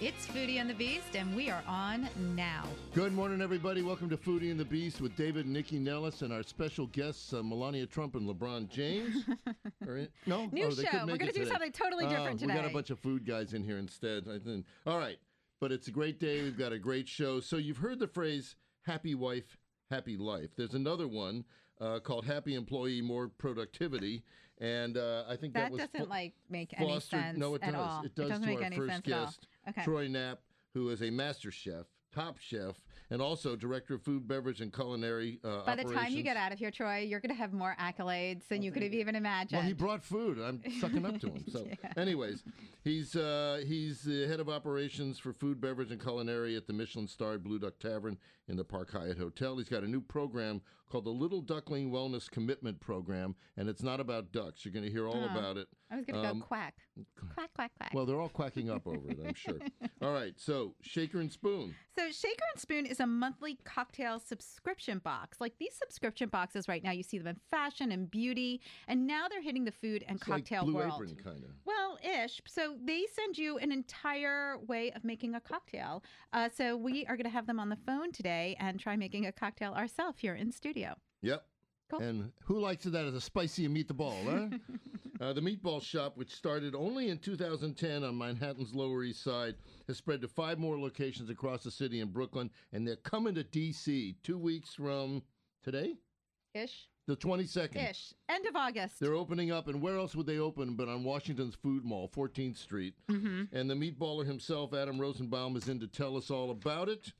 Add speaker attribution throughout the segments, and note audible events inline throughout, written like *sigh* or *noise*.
Speaker 1: It's Foodie and the Beast, and we are on now.
Speaker 2: Good morning, everybody. Welcome to Foodie and the Beast with David and Nikki Nellis and our special guests, uh, Melania Trump and LeBron
Speaker 1: *laughs*
Speaker 2: James. Or in- no, Oh,
Speaker 1: New
Speaker 2: they
Speaker 1: show.
Speaker 2: could make
Speaker 1: We're gonna
Speaker 2: it
Speaker 1: do
Speaker 2: today. Oh,
Speaker 1: something totally different
Speaker 2: We got a
Speaker 1: today.
Speaker 2: bunch of food guys in here instead. I think. All right, but it's a great day. We've got a great show. So you've heard the phrase "happy wife, happy life." There's another one uh, called "happy employee, more productivity," and uh, I think that,
Speaker 1: That,
Speaker 2: was
Speaker 1: doesn't
Speaker 2: fo-
Speaker 1: like make any
Speaker 2: fostered.
Speaker 1: sense
Speaker 2: no, it
Speaker 1: at
Speaker 2: does.
Speaker 1: all.
Speaker 2: It does
Speaker 1: not
Speaker 2: to
Speaker 1: make
Speaker 2: our
Speaker 1: any
Speaker 2: first
Speaker 1: sense
Speaker 2: guest,
Speaker 1: at all. Okay.
Speaker 2: Troy Knapp, who is a master chef, top chef, and also director of food, beverage, and culinary uh,
Speaker 1: By the time you
Speaker 2: operations.
Speaker 1: get out of here, Troy, you're going to have more accolades than you could have even imagined.
Speaker 2: Well, he brought food. I'm sucking up to
Speaker 1: *laughs*
Speaker 2: him. So, anyways, he's uh, he's the head of operations for food, beverage, and culinary at the Michelin starred Blue Duck Tavern in the Park Hyatt Hotel. He's got a new program called the Little Duckling Wellness Commitment Program, and it's not about ducks. You're going to hear
Speaker 1: Oh.
Speaker 2: all about it.
Speaker 1: I was going to go quack, quack, quack, quack.
Speaker 2: Um, Well, they're all quacking up over it, I'm
Speaker 1: *laughs*
Speaker 2: sure. All right, so shaker and spoon.
Speaker 1: So, Shaker and Spoon is a monthly cocktail subscription box. Like these subscription boxes right now, you see them in fashion and beauty, and now they're hitting the food and cocktail
Speaker 2: like Blue
Speaker 1: world.
Speaker 2: Apron kind of.
Speaker 1: Well, ish. So they send you an entire way of making a cocktail. Uh, so we are going to have them on the phone today and try making a cocktail ourselves here in studio.
Speaker 2: Yep.
Speaker 1: Cool.
Speaker 2: And who likes that as a spicy meatball, huh?
Speaker 1: *laughs*
Speaker 2: uh, the Meatball Shop, which started only in 2010 on Manhattan's Lower East Side, has spread to five more locations across the city in Brooklyn, and they're coming to D.C. two weeks from today,
Speaker 1: Ish,
Speaker 2: the 22nd.
Speaker 1: ish. End of August.
Speaker 2: They're opening up, and where else would they open but on Washington's Food Mall, 14th Street? Mm-hmm. And the meatballer himself, Adam Rosenbaum, is in to tell us all about it.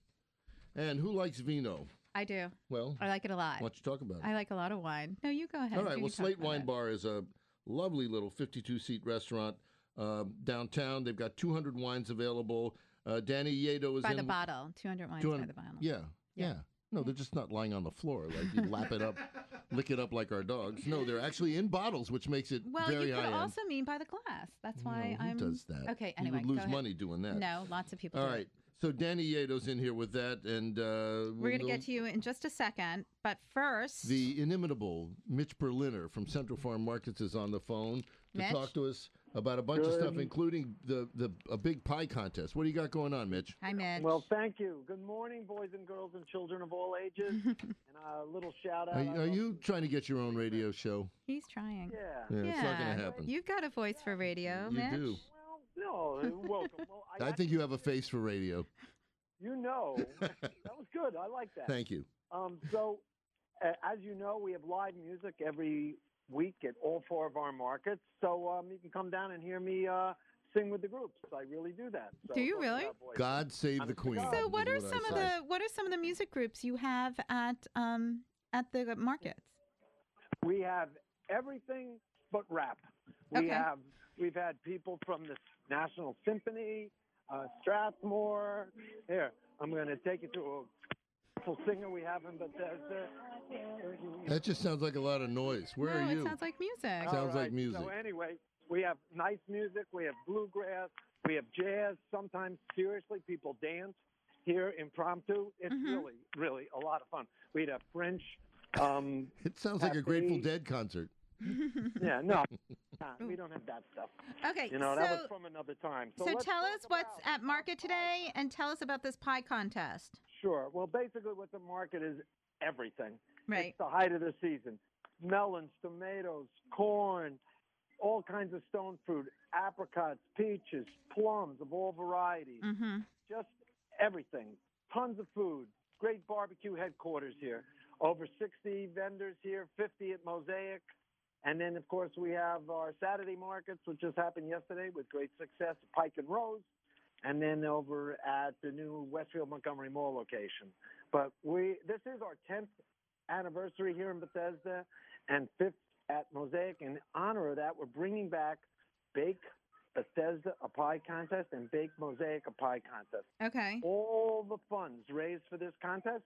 Speaker 2: And who likes vino?
Speaker 1: I do.
Speaker 2: Well,
Speaker 1: I like it a lot.
Speaker 2: why don't you talk about it?
Speaker 1: I like a lot of wine. No, you go ahead.
Speaker 2: All right.
Speaker 1: You
Speaker 2: Well,
Speaker 1: can talk
Speaker 2: Slate
Speaker 1: about
Speaker 2: Wine
Speaker 1: it.
Speaker 2: Bar is a lovely little 52 seat restaurant um, downtown. They've got 200 wines available. Uh, Danny Yedo is
Speaker 1: by
Speaker 2: in
Speaker 1: the bottle. Two hundred wines by
Speaker 2: 200
Speaker 1: the bottle.
Speaker 2: Yeah, yeah. No, they're just not lying on the floor. Like you lap it
Speaker 1: *laughs*
Speaker 2: up, lick it up like our dogs. No, they're actually in bottles, which makes it
Speaker 1: Well,
Speaker 2: very
Speaker 1: you could
Speaker 2: high end.
Speaker 1: also mean by the glass. That's why
Speaker 2: Who
Speaker 1: I'm.
Speaker 2: does that?
Speaker 1: Okay.
Speaker 2: you
Speaker 1: Anyway,
Speaker 2: would lose
Speaker 1: go ahead.
Speaker 2: money doing that.
Speaker 1: No, lots of people.
Speaker 2: All
Speaker 1: do it.
Speaker 2: right. So Danny Yedo's in here with that, and uh,
Speaker 1: We're going to get to you in just a second, but first,
Speaker 2: The inimitable Mitch Berliner from Central Farm Markets is on the phone to
Speaker 1: Mitch?
Speaker 2: talk to us about a bunch of stuff, including the, the a big pie contest. What do you got going on, Mitch?
Speaker 1: hi, Mitch.
Speaker 3: Well, thank you. Good morning, boys and girls and children of all
Speaker 1: *laughs*
Speaker 3: ages. and uh, a little shout out.
Speaker 2: Are, are you trying to get your own radio show?
Speaker 1: he's trying.
Speaker 3: Yeah.
Speaker 2: Yeah, it's not going
Speaker 1: Yeah.
Speaker 2: to happen.
Speaker 1: You've got a voice for radio,
Speaker 2: You
Speaker 1: Mitch.
Speaker 2: do.
Speaker 3: Well, no. Welcome. Well,
Speaker 2: *laughs*
Speaker 3: I,
Speaker 2: I think you have a face for radio. *laughs*
Speaker 3: you know that was good. I like that.
Speaker 2: Thank you.
Speaker 3: Um, so, uh, as you know, we have live music every week at all four of our markets. So um, you can come down and hear me uh, sing with the groups. I really do that. So,
Speaker 1: Do you
Speaker 3: don't forget,
Speaker 1: really?
Speaker 3: boys.
Speaker 2: God save the queen.
Speaker 1: So, what are
Speaker 2: is I
Speaker 1: some of
Speaker 2: say.
Speaker 1: the what are some of the music groups you have at um at the markets?
Speaker 3: We have everything but rap. We
Speaker 1: Okay.
Speaker 3: have we've had people from the National Symphony, uh, Strathmore. Here, I'm going to take you to a full singer we haven't, but there's the,
Speaker 2: That just sounds like a lot of noise. Where
Speaker 1: no,
Speaker 2: are you?
Speaker 1: it sounds like music.
Speaker 2: Sounds
Speaker 3: All
Speaker 2: like
Speaker 3: right,
Speaker 2: music.
Speaker 3: So anyway, we have nice music. We have bluegrass. We have jazz. Sometimes, seriously, people dance here impromptu. It's really, really a lot of fun. We had a French. Um,
Speaker 2: it sounds like a
Speaker 3: Happy-
Speaker 2: Grateful Dead concert.
Speaker 3: yeah,
Speaker 2: *laughs*
Speaker 3: no, nah, we don't have that stuff.
Speaker 1: Okay,
Speaker 3: You know,
Speaker 1: so
Speaker 3: that was from another time. So,
Speaker 1: so
Speaker 3: let's
Speaker 1: tell
Speaker 3: talk
Speaker 1: us what's
Speaker 3: about-
Speaker 1: at market today, and tell us about this pie contest.
Speaker 3: Sure. Well, basically, what the market is everything.
Speaker 1: Right.
Speaker 3: It's the height of the season melons, tomatoes, corn, all kinds of stone fruit, apricots, peaches, plums of all varieties,
Speaker 1: Mm-hmm.
Speaker 3: just everything. Tons of food. Great barbecue headquarters here. Over 60 vendors here, 50 at Mosaic. And then, of course, we have our Saturday markets, which just happened yesterday with great success at Pike and Rose, and then over at the new Westfield Montgomery Mall location. But we this is our 10th anniversary here in Bethesda and 5th at Mosaic. In honor of that, we're bringing back Bake Bethesda a Pie Contest and Bake Mosaic a Pie Contest.
Speaker 1: Okay.
Speaker 3: All the funds raised for this contest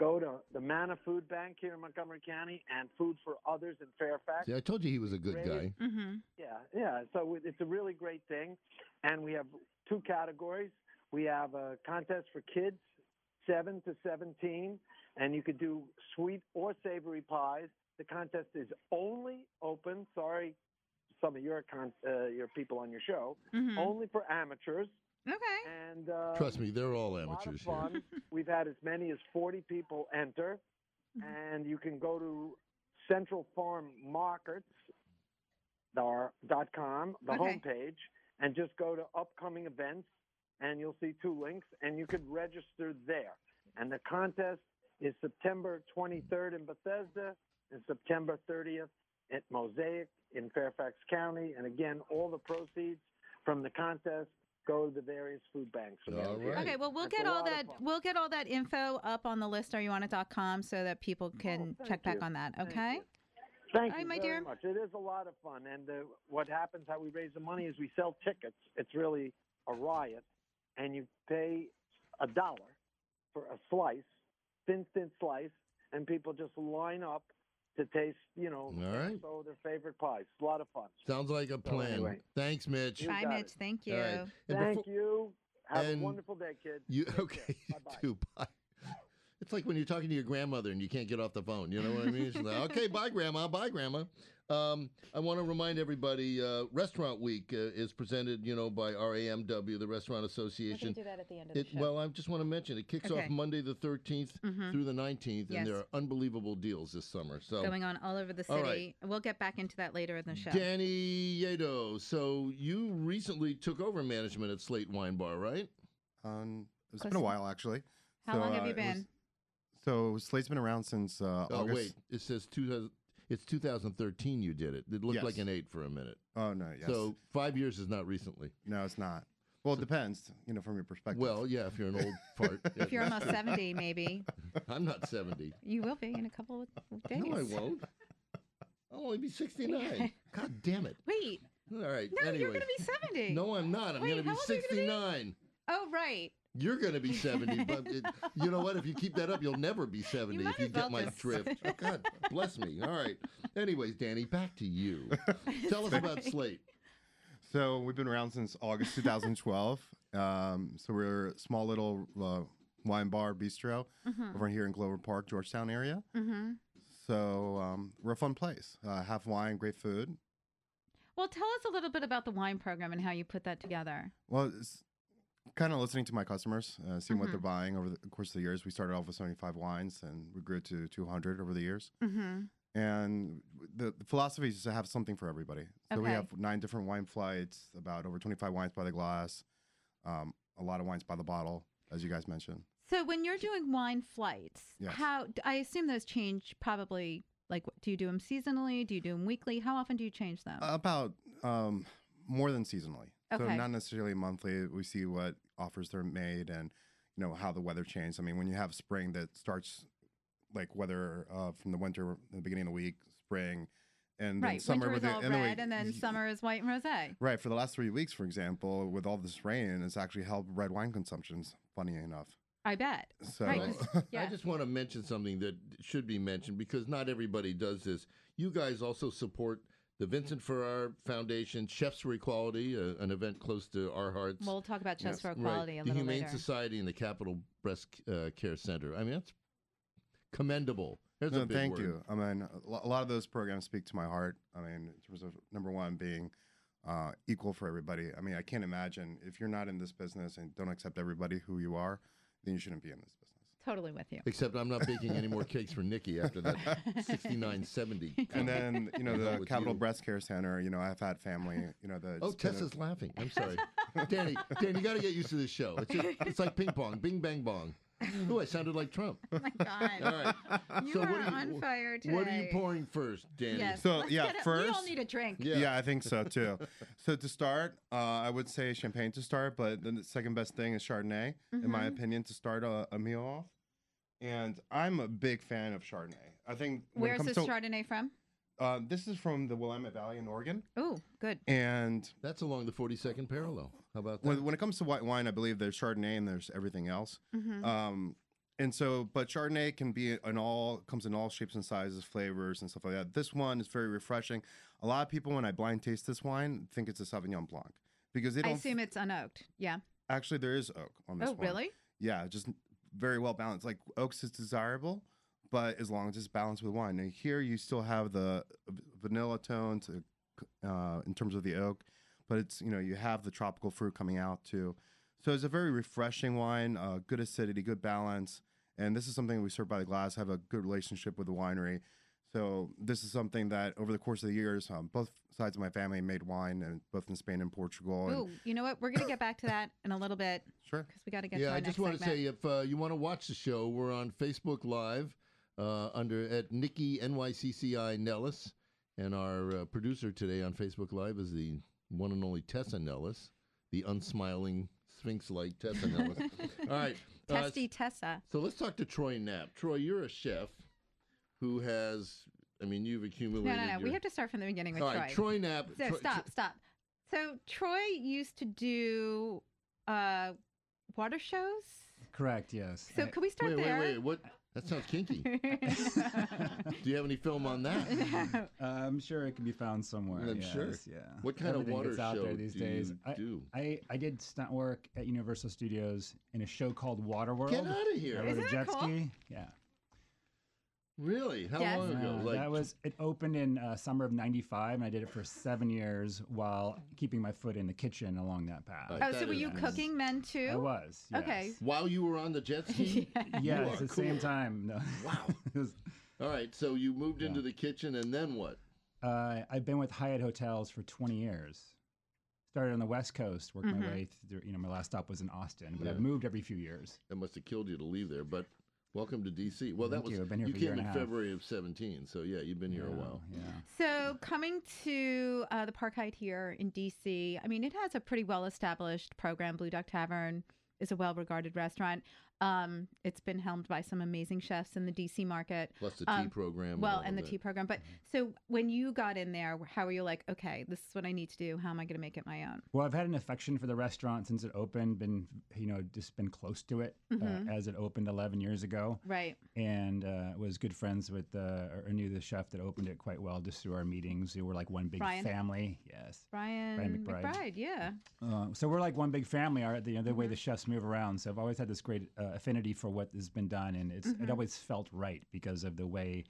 Speaker 3: Go to the Mana Food Bank here in Montgomery County and Food for Others in Fairfax.
Speaker 2: See, I told you he was a good
Speaker 3: Raised-
Speaker 2: guy.
Speaker 1: Mm-hmm.
Speaker 3: Yeah, yeah. So it- it's a really great thing, and we have two categories. We have a contest for kids, seven to seventeen, and you could do sweet or savory pies. The contest is only open. Sorry, some of your con- uh, your people on your show.
Speaker 1: hmm
Speaker 3: Only for amateurs.
Speaker 1: Okay.
Speaker 3: And uh,
Speaker 2: Trust me, they're all
Speaker 3: a lot of
Speaker 2: amateurs here.
Speaker 3: fun.
Speaker 2: *laughs*
Speaker 3: We've had as many as 40 people enter, and you can go to Central Farm Markets dar- dot com, the
Speaker 1: Okay.
Speaker 3: homepage, and just go to upcoming events, and you'll see two links, and you could register there. And the contest is September 23rd in Bethesda and September 30th at Mosaic in Fairfax County. And again, all the proceeds from the contest go to the various food banks.
Speaker 2: All
Speaker 3: around here.
Speaker 2: right.
Speaker 1: Okay, well we'll
Speaker 3: That's a
Speaker 1: get all
Speaker 3: lot of
Speaker 1: that
Speaker 3: fun.
Speaker 1: we'll get all that info up on the list are you on it.com so that people
Speaker 4: Oh,
Speaker 1: can
Speaker 3: thank
Speaker 1: check back
Speaker 3: you.
Speaker 1: on that,
Speaker 3: Thank
Speaker 1: okay?
Speaker 3: you. Thank
Speaker 1: All right,
Speaker 3: you
Speaker 1: my dear.
Speaker 3: very much. It is a lot of fun, and uh, what happens, how we raise the money, is we sell tickets. It's really a riot, and you pay a dollar for a slice, thin, thin slice, and people just line up to taste, you know,
Speaker 2: All right.
Speaker 3: so their favorite pies. It's a lot of fun.
Speaker 2: Sounds like a plan.
Speaker 3: anyway.
Speaker 2: Thanks, Mitch.
Speaker 3: You
Speaker 1: Bye
Speaker 3: got
Speaker 1: Mitch,
Speaker 3: it.
Speaker 1: thank you.
Speaker 2: All right. And
Speaker 3: Thank
Speaker 2: befo-
Speaker 3: you. Have
Speaker 2: and
Speaker 3: a wonderful day, kids.
Speaker 2: You
Speaker 3: Take care.
Speaker 2: okay? You *laughs*
Speaker 3: Bye-bye.
Speaker 2: too. Bye. It's like when you're talking to your grandmother and you can't get off the phone. You know what I mean? She's like, okay, bye, grandma. Bye, grandma. Um, I want to remind everybody, uh, Restaurant Week uh, is presented, you know, by RAMW, the Restaurant
Speaker 4: We're gonna
Speaker 2: Association.
Speaker 4: do that at the end of
Speaker 2: It,
Speaker 4: the show.
Speaker 2: well, I just want to mention it kicks off
Speaker 1: Okay.
Speaker 2: Monday the 13th
Speaker 1: Mhm.
Speaker 2: through the 19th,
Speaker 1: Yes.
Speaker 2: and there are unbelievable deals this summer. So
Speaker 1: Going on all over the
Speaker 2: All
Speaker 1: city.
Speaker 2: right.
Speaker 1: We'll get back into that later in the show.
Speaker 2: Danny Yedo, so you recently took over management at Slate Wine Bar, right?
Speaker 5: Um, it's
Speaker 1: Close
Speaker 5: been a
Speaker 1: to-
Speaker 5: while actually. uh,
Speaker 1: How long have you
Speaker 5: it was-
Speaker 1: been?
Speaker 5: so Slate's been around since uh,
Speaker 2: Oh,
Speaker 5: August.
Speaker 2: wait, it says 2000, it's 2013 you did it. It looked
Speaker 5: Yes.
Speaker 2: like an eight for a minute.
Speaker 5: Oh no, yes.
Speaker 2: So five years is not recently.
Speaker 5: no, it's not. Well, it depends. You know, from your perspective.
Speaker 2: Well, yeah, if you're an old fart.
Speaker 1: If you're almost 70 maybe,
Speaker 2: I'm not 70.
Speaker 1: you will be in a couple of days.
Speaker 2: No, I won't. I'll only be 69. God damn it.
Speaker 1: Wait.
Speaker 2: All right.
Speaker 1: No,
Speaker 2: anyway.
Speaker 1: you're going to be 70.
Speaker 2: No, I'm not. I'm
Speaker 1: Wait,
Speaker 2: going to
Speaker 1: how
Speaker 2: be
Speaker 1: old are you gonna be?
Speaker 2: 69.
Speaker 1: Oh, right. *laughs*
Speaker 2: You're going to be 70, but it, you know what? If you keep that up, you'll never be 70
Speaker 1: might
Speaker 2: if you
Speaker 1: as
Speaker 2: get
Speaker 1: well
Speaker 2: my
Speaker 1: just- *laughs*
Speaker 2: drift. Oh, God bless me. All right. Anyways, Danny, back to
Speaker 1: *laughs*
Speaker 2: you. Tell us about Slate.
Speaker 5: So we've been around since
Speaker 2: *laughs*
Speaker 5: August 2012. um, so we're a small little uh, wine bar bistro
Speaker 1: Uh-huh.
Speaker 5: over here in Glover Park, Georgetown area.
Speaker 1: Mm-hmm.
Speaker 5: So um, we're a fun place. Uh, half wine, great food.
Speaker 1: Well, tell us a little bit about the wine program and how you put that together.
Speaker 5: Well, it's kind of listening to my customers, uh, seeing
Speaker 1: Mm-hmm.
Speaker 5: what they're buying over the course of the years. We started off with 75 wines, and we grew to 200 over the years.
Speaker 1: Mm-hmm.
Speaker 5: and the, the philosophy is to have something for everybody. So we
Speaker 1: Okay.
Speaker 5: have nine different wine flights, about over 25 wines by the glass, um, a lot of wines by the bottle, as you guys mentioned.
Speaker 1: So when you're doing wine flights,
Speaker 5: Yes.
Speaker 1: how d- I assume those change probably like what- do you do them seasonally? Do you do them weekly? How often do you change them?
Speaker 5: About um, more than seasonally. So
Speaker 1: Okay.
Speaker 5: not necessarily monthly. We see what offers they're made and you know how the weather changed. I mean, when you have spring that starts like weather uh, from the winter, the beginning of the week, spring, and then
Speaker 1: right,
Speaker 5: summer
Speaker 1: winter is
Speaker 5: within-
Speaker 1: all
Speaker 5: end of the
Speaker 1: red,
Speaker 5: week,
Speaker 1: and then
Speaker 5: y-
Speaker 1: summer is white and rosé.
Speaker 5: Right. For the last three weeks, for example, with all this rain, it's actually helped red wine consumptions, funny enough.
Speaker 1: I bet.
Speaker 5: So,
Speaker 1: Right,
Speaker 2: I
Speaker 1: Yeah.
Speaker 2: just want to mention something that should be mentioned because not everybody does this. You guys also support the Vincent Farrar Foundation, Chefs for Equality, uh, an event close to our hearts.
Speaker 1: We'll talk about Chefs
Speaker 5: Yes.
Speaker 1: for
Speaker 2: Right.
Speaker 1: Equality a
Speaker 2: the
Speaker 1: little
Speaker 2: Humane
Speaker 1: later.
Speaker 2: Society and the Capital Breast uh, Care Center. I mean, that's commendable. There's
Speaker 5: no,
Speaker 2: a big
Speaker 5: thank
Speaker 2: word.
Speaker 5: you. I mean, a lo- a lot of those programs speak to my heart. I mean, in terms of number one being uh, equal for everybody. I mean, I can't imagine if you're not in this business and don't accept everybody who you are, then you shouldn't be in this business.
Speaker 1: Totally with you.
Speaker 2: Except I'm not baking any
Speaker 5: *laughs*
Speaker 2: more cakes for Nikki after that 6970. *laughs*
Speaker 5: And then, you know,
Speaker 2: What's up
Speaker 5: the
Speaker 2: with
Speaker 5: Capital
Speaker 2: you?
Speaker 5: Breast Care Center, you know, I've had family, you know, that.
Speaker 2: Oh,
Speaker 5: it's been a-
Speaker 2: Tessa's laughing. I'm sorry. Danny, Danny, you got to get used to this show. It's, just, it's like ping pong, bing bang bong. Ooh, I sounded like Trump.
Speaker 1: Oh my
Speaker 2: All
Speaker 1: God,
Speaker 2: right.
Speaker 1: you
Speaker 2: So
Speaker 1: are
Speaker 2: what do you-
Speaker 1: on fire
Speaker 2: *laughs*
Speaker 1: today.
Speaker 2: What are you pouring first, Danny?
Speaker 1: Yes.
Speaker 5: *laughs* So,
Speaker 1: let's
Speaker 5: yeah,
Speaker 1: get it- we all
Speaker 5: first-
Speaker 1: need a drink.
Speaker 2: Yeah.
Speaker 5: Yeah. I think so too. so to start, uh, I would say champagne to start, but then the second best thing is Chardonnay,
Speaker 1: Mm-hmm.
Speaker 5: in my opinion, to start a, a meal off. And I'm a big fan of Chardonnay. I think when
Speaker 1: Where's
Speaker 5: it
Speaker 1: this
Speaker 5: comes to
Speaker 1: Chardonnay from?
Speaker 5: uh, this is from the Willamette Valley in Oregon,
Speaker 1: Oh, good.
Speaker 5: and
Speaker 2: That's along the 42nd parallel. How about that?
Speaker 1: Mm-hmm.
Speaker 5: when, when it comes to white wine, I believe there's Chardonnay and there's everything else. Um,
Speaker 6: And so, but Chardonnay can be an all comes in all shapes and sizes, flavors and stuff like that. This one is very refreshing. A lot of people, when I blind taste this wine, think it's a Sauvignon Blanc because they
Speaker 1: I
Speaker 6: don't
Speaker 1: assume it's unoaked. Yeah.
Speaker 6: actually there is oak on this
Speaker 1: Oh,
Speaker 6: one.
Speaker 1: really?
Speaker 6: Yeah, just very well balanced. Like oaks is desirable, but as long as it's balanced with wine. And here you still have the v- vanilla tones uh, c- uh, in terms of the oak, but it's you know you have the tropical fruit coming out too. So it's a very refreshing wine, uh, good acidity, good balance, and this is something we serve by the glass. Have a good relationship with the winery. So this is something that over the course of the years, um, both sides of my family made wine, and both in Spain and Portugal. And
Speaker 1: Ooh, you know what? We're going to get back to that in a little bit
Speaker 6: sure,
Speaker 1: because we got to get to
Speaker 2: Yeah,
Speaker 1: our
Speaker 2: I just want
Speaker 1: next
Speaker 2: to
Speaker 1: segment.
Speaker 2: say if uh, you want to watch the show, we're on Facebook Live uh, under at Nikki NYCCI Nellis, and our uh, producer today on Facebook Live is the one and only Tessa Nellis, the unsmiling Sphinx-like Tessa
Speaker 1: *laughs*
Speaker 2: Nellis. All right, uh,
Speaker 1: Testy Tessa.
Speaker 2: so let's talk to Troy Knapp. Troy, you're a chef who has, I mean, you've
Speaker 1: No,
Speaker 2: accumulated.
Speaker 1: no, no.
Speaker 2: your-
Speaker 1: We have to start from the beginning with
Speaker 2: All right, Troy
Speaker 1: Troy.
Speaker 2: Knapp.
Speaker 1: So
Speaker 2: Troy-
Speaker 1: stop, stop. So Troy used to do uh, water shows.
Speaker 7: Correct. Yes.
Speaker 1: So
Speaker 7: I-
Speaker 1: can we start
Speaker 2: Wait,
Speaker 1: there?
Speaker 2: wait, wait. What? That sounds
Speaker 1: *laughs*
Speaker 2: kinky. Do you have any film on that?
Speaker 7: *laughs*
Speaker 1: No.
Speaker 7: uh, I'm sure it can be found somewhere.
Speaker 2: I'm
Speaker 7: yes,
Speaker 2: sure.
Speaker 7: Yeah.
Speaker 2: What kind
Speaker 7: Everything
Speaker 2: of water
Speaker 7: gets out
Speaker 2: show
Speaker 7: there these
Speaker 2: do
Speaker 7: days?
Speaker 2: you
Speaker 7: I,
Speaker 2: do?
Speaker 7: I I did stunt work at Universal Studios in a show called Waterworld.
Speaker 2: Get out of
Speaker 7: I
Speaker 2: here!
Speaker 7: rode a
Speaker 1: Isn't that
Speaker 7: jet
Speaker 1: cool?
Speaker 7: ski. Yeah.
Speaker 2: Really? How
Speaker 1: Yes.
Speaker 2: long ago?
Speaker 7: Uh,
Speaker 2: Oh, like
Speaker 7: that was it opened in uh, summer of 95 and I did it for 7 years while keeping my foot in the kitchen along that path.
Speaker 2: Right.
Speaker 1: Oh, so
Speaker 2: That
Speaker 1: were
Speaker 2: is
Speaker 1: you
Speaker 2: nice.
Speaker 1: cooking then too? *laughs*
Speaker 7: I was.
Speaker 1: Okay.
Speaker 7: yes.
Speaker 2: while you were on the jet
Speaker 1: *laughs*
Speaker 2: ski.
Speaker 7: Yes,
Speaker 2: are
Speaker 7: at the same
Speaker 2: cool.
Speaker 7: time. *laughs* No.
Speaker 2: Wow.
Speaker 7: It was-
Speaker 2: All right. So you moved into
Speaker 7: Yeah.
Speaker 2: the kitchen, and then what?
Speaker 7: Uh, I've been with Hyatt Hotels for 20 years. Started on the West Coast, worked
Speaker 1: Mhm.
Speaker 7: my way through. You know, my last stop was in Austin, but I've
Speaker 2: Yeah.
Speaker 7: moved every few years.
Speaker 2: That must have killed you to leave there. But welcome to DC. Well,
Speaker 7: Thank
Speaker 2: that was
Speaker 7: you. I've been here for a year
Speaker 2: came
Speaker 7: and
Speaker 2: in
Speaker 7: a half.
Speaker 2: February of seventeen. So yeah, you've been here a
Speaker 7: Yeah,
Speaker 2: while.
Speaker 7: Yeah.
Speaker 1: So coming to uh, the Park Hyatt here in DC, I mean, it has a pretty well-established program. Blue Duck Tavern is a well-regarded restaurant. Um, it's been helmed by some amazing chefs in the DC market.
Speaker 2: Plus the tea
Speaker 1: Um,
Speaker 2: program. and
Speaker 1: well,
Speaker 2: all
Speaker 1: and the
Speaker 2: of
Speaker 1: tea program. But
Speaker 7: Mm-hmm.
Speaker 1: so when you got in there, how were you like, okay, this is what I need to do. How am I going to make it my own?
Speaker 7: Well, I've had an affection for the restaurant since it opened. Been, you know, just been close to it
Speaker 1: Mhm.
Speaker 7: uh, as it opened 11 years ago,
Speaker 1: Right.
Speaker 7: and uh, was good friends with uh, or or knew the chef that opened it quite well just through our meetings. We were like one big
Speaker 1: Brian.
Speaker 7: family. Yes.
Speaker 1: Brian,
Speaker 7: McBride.
Speaker 1: McBride. Yeah.
Speaker 7: Uh, so we're like one big family. Our, the, you know, the way the chefs move around. So I've always had this great uh, affinity for what has been done, and it's
Speaker 1: Mhm.
Speaker 7: it always felt right because of the way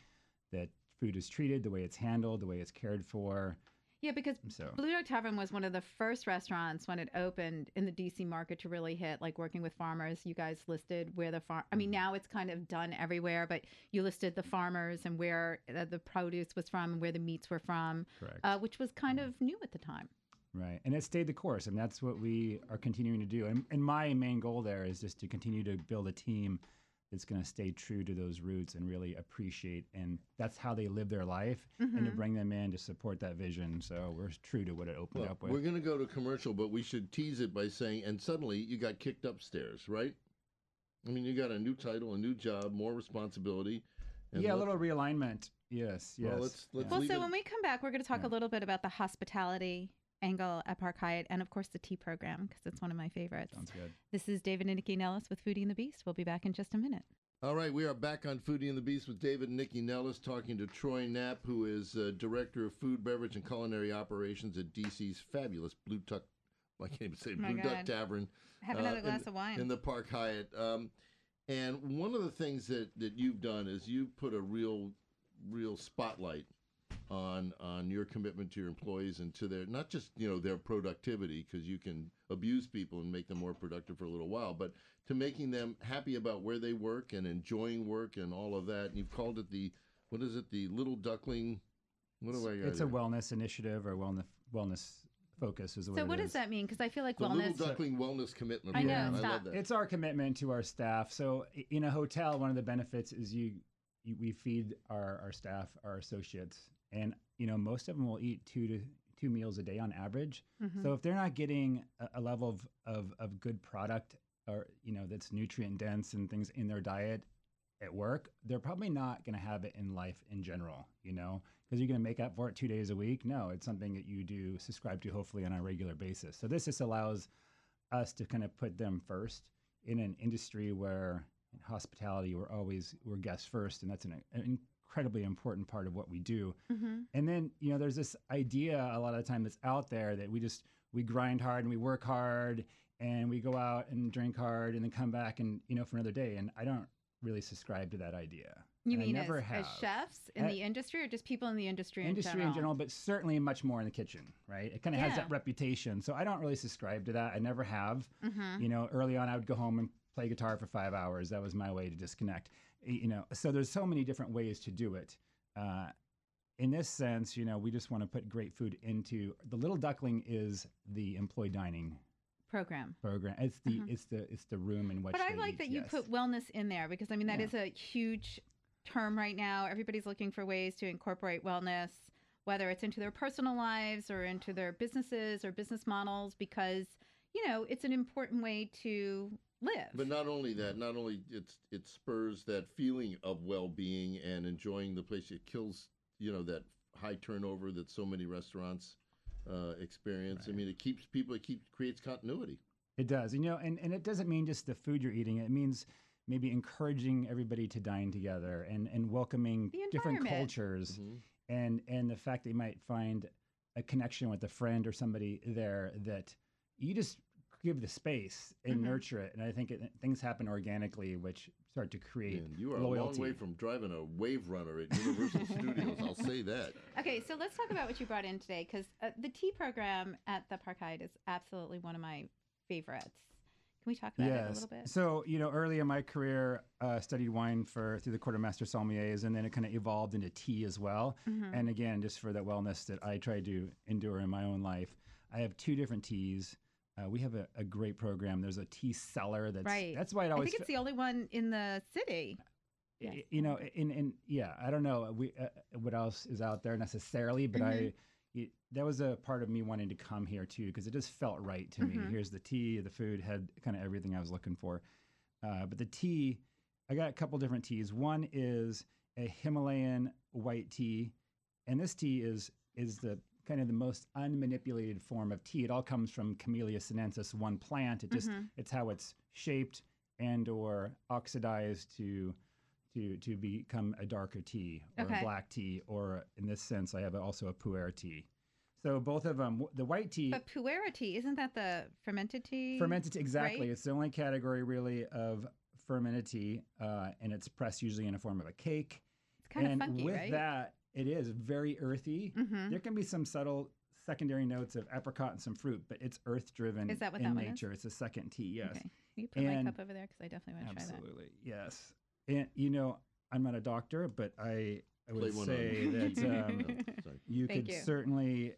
Speaker 7: that food is treated, the way it's handled, the way it's cared for.
Speaker 1: Yeah, because
Speaker 7: So
Speaker 1: Blue Dog Tavern was one of the first restaurants when it opened in the DC market to really hit, like working with farmers. You guys listed where the farm, I
Speaker 7: Mm-hmm.
Speaker 1: mean, now it's kind of done everywhere, but you listed the farmers and where uh, the produce was from and where the meats were from,
Speaker 7: correct,
Speaker 1: uh, which was kind
Speaker 7: Mm-hmm.
Speaker 1: of new at the time.
Speaker 7: right, and it stayed the course, and that's what we are continuing to do. And, and my main goal there is just to continue to build a team that's going to stay true to those roots and really appreciate, and that's how they live their life, and to
Speaker 1: Mhm.
Speaker 7: bring them in to support that vision. So we're true to what it opened
Speaker 2: Well,
Speaker 7: up with.
Speaker 2: we're going to go to commercial, but we should tease it by saying, and suddenly you got kicked upstairs, right? I mean, you got a new title, a new job, more responsibility. and
Speaker 7: yeah, a
Speaker 2: let-
Speaker 7: little realignment. Yes, yes.
Speaker 2: Well, let's- let's
Speaker 7: yeah.
Speaker 1: Well,
Speaker 2: leave
Speaker 1: so
Speaker 2: it-
Speaker 1: when we come back, we're going to talk
Speaker 7: Yeah.
Speaker 1: a little bit about the hospitality angle at Park Hyatt and, of course, the tea program, because it's one of my favorites.
Speaker 7: Sounds good.
Speaker 1: This is David and Nikki Nellis with Foodie and the Beast. We'll be back in just a minute.
Speaker 2: All right, we are back on Foodie and the Beast with David and Nikki Nellis talking to Troy Knapp, who is uh, Director of Food, Beverage, and Culinary Operations at DC's fabulous Blue Duck, I can't even say
Speaker 1: Oh my
Speaker 2: Blue Duck
Speaker 1: God.
Speaker 2: Tavern
Speaker 1: Have
Speaker 2: uh,
Speaker 1: another
Speaker 2: in
Speaker 1: glass
Speaker 2: the-
Speaker 1: of wine.
Speaker 2: in the Park Hyatt. Um, and one of the things that, that you've done is you've put a real, real spotlight on on your commitment to your employees and to their not just you know their productivity because you can abuse people and make them more productive for a little while, but to making them happy about where they work and enjoying work and all of that. And you've called it the what is it the little duckling? What do I? got
Speaker 7: It's a
Speaker 2: here?
Speaker 7: wellness initiative or wellness wellness focus is the way
Speaker 1: so,
Speaker 7: it
Speaker 1: what
Speaker 7: is.
Speaker 1: does that mean? Because I feel like
Speaker 2: the
Speaker 1: wellness.
Speaker 2: little duckling wellness commitment.
Speaker 1: I know,
Speaker 2: program. I love
Speaker 1: stop.
Speaker 2: that.
Speaker 7: It's our commitment to our staff. So i- in a hotel, one of the benefits is you, you we feed our, our staff, our associates, and you know most of them will eat two to two meals a day on average.
Speaker 1: Mhm.
Speaker 7: So if they're not getting a, a level of, of of good product or you know that's nutrient dense and things in their diet at work, they're probably not going to have it in life in general. You know, because you're going to make up for it two days a week. No, it's something that you do subscribe to hopefully on a regular basis. So this just allows us to kind of put them first in an industry where hospitality, we're always we're guests first, and that's an, an incredibly important part of what we do.
Speaker 1: Mm-hmm.
Speaker 7: And then you know, there's this idea a lot of the time that's out there that we just we grind hard and we work hard and we go out and drink hard and then come back and you know for another day. And I don't really subscribe to that idea.
Speaker 1: You
Speaker 7: And I
Speaker 1: mean
Speaker 7: never
Speaker 1: as, as
Speaker 7: have.
Speaker 1: chefs in
Speaker 7: Uh,
Speaker 1: the industry, or just people in the industry?
Speaker 7: industry in general, but certainly much more in the kitchen, right? It kind of has
Speaker 1: Yeah.
Speaker 7: that reputation. So I don't really subscribe to that. I never have.
Speaker 1: hmm
Speaker 7: You know, early on, I would go home and play guitar for five hours. That was my way to disconnect. Y- You know, so there's so many different ways to do it. Uh, in this sense, you know, we just want to put great food into the Little Duckling is the employee dining
Speaker 1: Program.
Speaker 7: program. It's the
Speaker 1: Mhm.
Speaker 7: it's the it's the room in which.
Speaker 1: But I
Speaker 7: they
Speaker 1: like
Speaker 7: eat,
Speaker 1: that you
Speaker 7: yes.
Speaker 1: put wellness in there because I mean that
Speaker 7: Yeah.
Speaker 1: is a huge term right now. Everybody's looking for ways to incorporate wellness, whether it's into their personal lives or into their businesses or business models, because you know it's an important way to live.
Speaker 2: But not only that, not only it's it spurs that feeling of well-being and enjoying the place. It kills you know that high turnover that so many restaurants uh, experience. I
Speaker 7: Right.
Speaker 2: mean, it keeps people. It keeps creates continuity.
Speaker 7: It does, you know, and, and it doesn't mean just the food you're eating. It means maybe encouraging everybody to dine together and, and welcoming
Speaker 1: The
Speaker 7: different
Speaker 1: environment.
Speaker 7: cultures
Speaker 2: Mm-hmm.
Speaker 7: and and the fact that you might find a connection with a friend or somebody there that you just give the space and
Speaker 1: Mhm.
Speaker 7: nurture it. And I think it, things happen organically, which start to create
Speaker 2: Man, you are a long
Speaker 7: loyalty.
Speaker 2: way from driving a wave runner at Universal Studios. I'll say that.
Speaker 1: Okay, so let's talk about what you brought in today because uh, the tea program at the Park Hyatt is absolutely one of my favorites. Can we talk about it a little bit?
Speaker 7: So, you know, early in my career, uh, studied wine for through the quartermaster sommeliers, and then it kind of evolved into tea as well.
Speaker 1: Mhm.
Speaker 7: And again, just for that wellness that I try to endure in my own life, I have two different teas. Uh, we have a, a great program. There's a tea cellar. That's
Speaker 1: Right.
Speaker 7: That's why it
Speaker 1: I
Speaker 7: always.
Speaker 1: think it's the only one in the city.
Speaker 7: fe-
Speaker 1: yeah.
Speaker 7: y- You know, in in yeah, I don't know we uh, what else is out there necessarily, but I. It, that was a part of me wanting to come here too because it just felt right to me.
Speaker 1: Mhm.
Speaker 7: Here's the tea, the food had kind of everything I was looking for. Uh, but the tea, I got a couple different teas. One is a Himalayan white tea, and this tea is is the kind of the most unmanipulated form of tea. It all comes from Camellia sinensis, one plant. It just
Speaker 1: Mhm.
Speaker 7: it's how it's shaped and or oxidized to to to become a darker tea or
Speaker 1: Okay.
Speaker 7: a black tea or in this sense I have also a pu'er tea. So both of them, the white tea
Speaker 1: But pu'er tea, isn't that the fermented tea?
Speaker 7: fermented tea, exactly.
Speaker 1: right?
Speaker 7: It's the only category really of fermented tea, uh, and it's pressed usually in a form of a cake.
Speaker 1: It's kind
Speaker 7: and
Speaker 1: of funky,
Speaker 7: with
Speaker 1: right?
Speaker 7: that, it is very earthy.
Speaker 1: Mhm.
Speaker 7: There can be some subtle secondary notes of apricot and some fruit, but it's earth driven.
Speaker 1: Is that what
Speaker 7: in
Speaker 1: that one is?
Speaker 7: nature? It's a second tea, yes.
Speaker 1: Okay. You put
Speaker 7: And-
Speaker 1: my cup over there because I definitely want to try that.
Speaker 7: Absolutely, yes. And you know, I'm not a doctor, but I, I
Speaker 2: Play
Speaker 7: would
Speaker 2: one
Speaker 7: say
Speaker 2: on. *laughs*
Speaker 1: *laughs*
Speaker 7: that um,
Speaker 2: No, sorry.
Speaker 7: you
Speaker 1: Thank
Speaker 7: could
Speaker 1: you.
Speaker 7: certainly.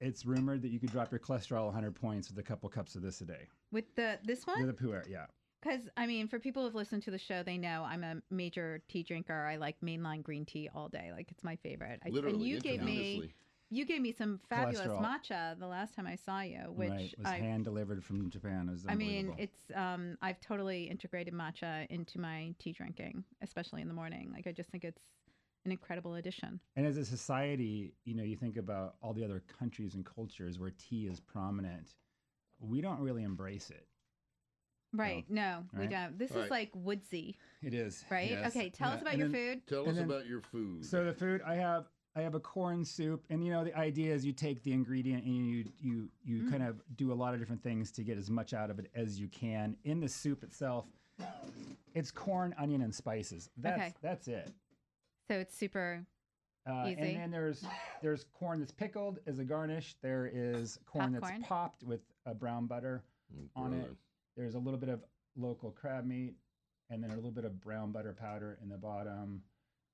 Speaker 7: It's rumored that you could drop your cholesterol 100 points with a couple cups of this a day.
Speaker 1: With the this
Speaker 7: You're
Speaker 1: one,
Speaker 7: the puer, yeah.
Speaker 1: because I mean, for people who've listened to the show, they know I'm a major tea drinker. I like mainline green tea all day; like it's my favorite. I,
Speaker 2: Literally,
Speaker 1: and you gave me
Speaker 2: intravenously.
Speaker 1: you gave me some fabulous
Speaker 7: Cholesterol.
Speaker 1: matcha the last time I saw you, which
Speaker 7: right, was
Speaker 1: I
Speaker 7: hand delivered from Japan. It was
Speaker 1: I mean,
Speaker 7: unbelievable.
Speaker 1: it's um, I've totally integrated matcha into my tea drinking, especially in the morning. Like I just think it's an incredible addition.
Speaker 7: And as a society, you know, you think about all the other countries and cultures where tea is prominent. We don't really embrace it.
Speaker 1: Right? No, we
Speaker 7: Right.
Speaker 1: don't. This
Speaker 2: All
Speaker 1: is
Speaker 2: right.
Speaker 1: like woodsy,
Speaker 7: It is
Speaker 1: right? Okay, tell us about your food.
Speaker 2: Tell
Speaker 7: And
Speaker 2: us
Speaker 7: then-
Speaker 2: about your food.
Speaker 7: So the food I have, I have a corn soup, and you know, the idea is you take the ingredient and you you you
Speaker 1: Mm.
Speaker 7: kind of do a lot of different things to get as much out of it as you can. In the soup itself, it's corn, onion, and spices. That's
Speaker 1: Okay.
Speaker 7: that's it.
Speaker 1: So it's super
Speaker 7: Uh,
Speaker 1: Easy.
Speaker 7: And then there's there's corn that's pickled as a garnish. There is corn
Speaker 1: Popcorn.
Speaker 7: that's popped with uh, brown butter.
Speaker 2: Mm,
Speaker 7: on it.
Speaker 2: brother.
Speaker 7: There's a little bit of local crab meat, and then a little bit of brown butter powder in the bottom.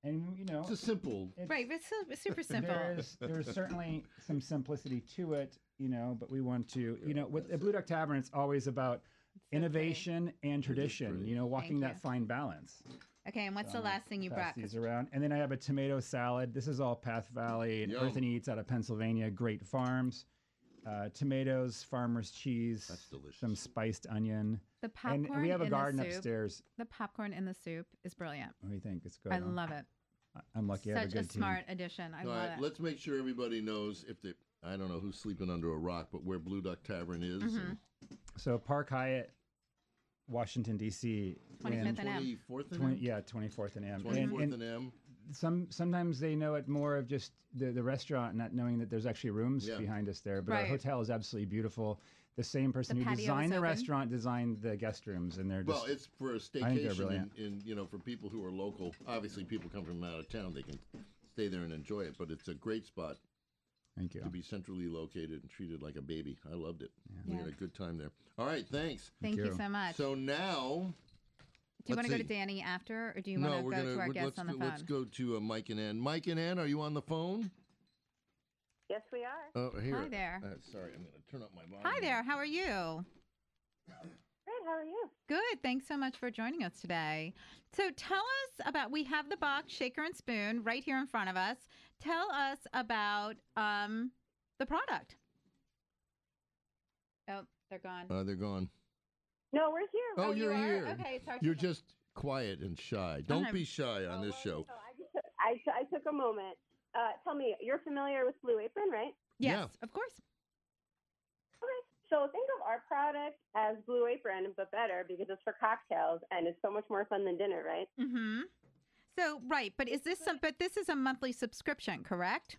Speaker 7: And you know,
Speaker 2: It's a simple.
Speaker 7: it's-
Speaker 1: right. but It's su- it's super simple.
Speaker 7: there is there's
Speaker 2: *laughs*
Speaker 7: certainly some simplicity to it, you know. But we want to, you know, with the Blue Duck Tavern, it's always about
Speaker 1: It's so
Speaker 7: innovation and tradition.
Speaker 2: pretty.
Speaker 7: You know, walking
Speaker 1: Thank
Speaker 7: that
Speaker 1: you.
Speaker 7: fine balance.
Speaker 1: pretty. Okay, and what's the
Speaker 7: Um,
Speaker 1: last thing you
Speaker 7: pass
Speaker 1: brought? 'Cause
Speaker 7: these around, and then I have a tomato salad. This is all Path Valley and
Speaker 2: Yum.
Speaker 7: Earth and Eats out of Pennsylvania. Great farms, uh, tomatoes, farmers' cheese,
Speaker 2: That's delicious.
Speaker 7: some spiced onion,
Speaker 1: The popcorn
Speaker 7: and we have a
Speaker 1: in
Speaker 7: garden
Speaker 1: the soup.
Speaker 7: upstairs.
Speaker 1: The popcorn in the soup is brilliant.
Speaker 7: What do you think? It's good.
Speaker 1: I
Speaker 7: huh?
Speaker 1: love it.
Speaker 7: I- I'm lucky. I have
Speaker 1: Such
Speaker 7: a good team.
Speaker 1: smart addition. I
Speaker 2: All
Speaker 1: love
Speaker 2: right,
Speaker 1: it.
Speaker 2: let's make sure everybody knows if they. I don't know who's
Speaker 1: Mm-hmm.
Speaker 2: sleeping under a rock, but where Blue Duck Tavern is.
Speaker 1: Mhm.
Speaker 2: and-
Speaker 7: So Park Hyatt Washington D.C.
Speaker 1: 25th
Speaker 7: when-
Speaker 1: and M.
Speaker 2: 24th and
Speaker 7: 20,
Speaker 2: M?
Speaker 7: yeah, 24th and M. And-
Speaker 2: 24th
Speaker 7: and-
Speaker 2: and M.
Speaker 7: some sometimes they know it more of just the, the restaurant, not knowing that there's actually rooms
Speaker 2: Yeah.
Speaker 7: behind us there. But our
Speaker 1: Right.
Speaker 7: hotel is absolutely beautiful. The same person who
Speaker 1: patio is
Speaker 7: designed the
Speaker 1: open.
Speaker 7: restaurant designed the guest rooms, and they're just
Speaker 2: Well, it's for a
Speaker 7: think they're
Speaker 2: staycation, and,
Speaker 7: brilliant.
Speaker 2: and you know, for people who are local. Obviously, people come from out of town; they can stay there and enjoy it. But it's a great spot
Speaker 7: thank you.
Speaker 2: to be centrally located and treated like a baby. I loved it. We
Speaker 1: Yeah.
Speaker 2: had a good time there. All right, thanks.
Speaker 1: Thank you
Speaker 7: you.
Speaker 1: so much.
Speaker 2: So now,
Speaker 1: do you want
Speaker 2: let's
Speaker 1: to go to
Speaker 2: see.
Speaker 1: Danny after, or do you want
Speaker 2: no,
Speaker 1: to
Speaker 2: we're
Speaker 1: go
Speaker 2: gonna
Speaker 1: to our
Speaker 2: we-
Speaker 1: guests
Speaker 2: let's,
Speaker 1: on the
Speaker 2: go,
Speaker 1: phone?
Speaker 2: let's go to uh, Mike and Ann. Mike and Ann, are you on the phone?
Speaker 8: Yes, we are.
Speaker 2: Oh, here.
Speaker 1: Hi there.
Speaker 2: Uh, sorry, I'm going to turn up my volume.
Speaker 1: Hi there. How are you?
Speaker 8: Great. How are you?
Speaker 1: Good. Thanks so much for joining us today. So tell us about we have the box shaker and spoon right here in front of us. Tell us about um the product. Oh, they're gone.
Speaker 2: Uh, they're gone.
Speaker 8: No, we're here.
Speaker 2: Oh,
Speaker 1: Oh, you
Speaker 2: you're
Speaker 1: are?
Speaker 2: here.
Speaker 1: Okay, sorry.
Speaker 2: You're just quiet and shy. Don't
Speaker 1: not-
Speaker 2: be shy on
Speaker 8: Oh,
Speaker 2: this
Speaker 8: well,
Speaker 2: show.
Speaker 8: no, I, just, I, t- I took a moment. Uh, tell me, you're familiar with Blue Apron, right?
Speaker 1: Yes,
Speaker 2: Yeah.
Speaker 1: of course.
Speaker 8: Okay. So think of our product as Blue Apron, but better because it's for cocktails and it's so much more fun than dinner, right?
Speaker 1: Mm-hmm. So right, but is this some? But this is a monthly subscription, correct?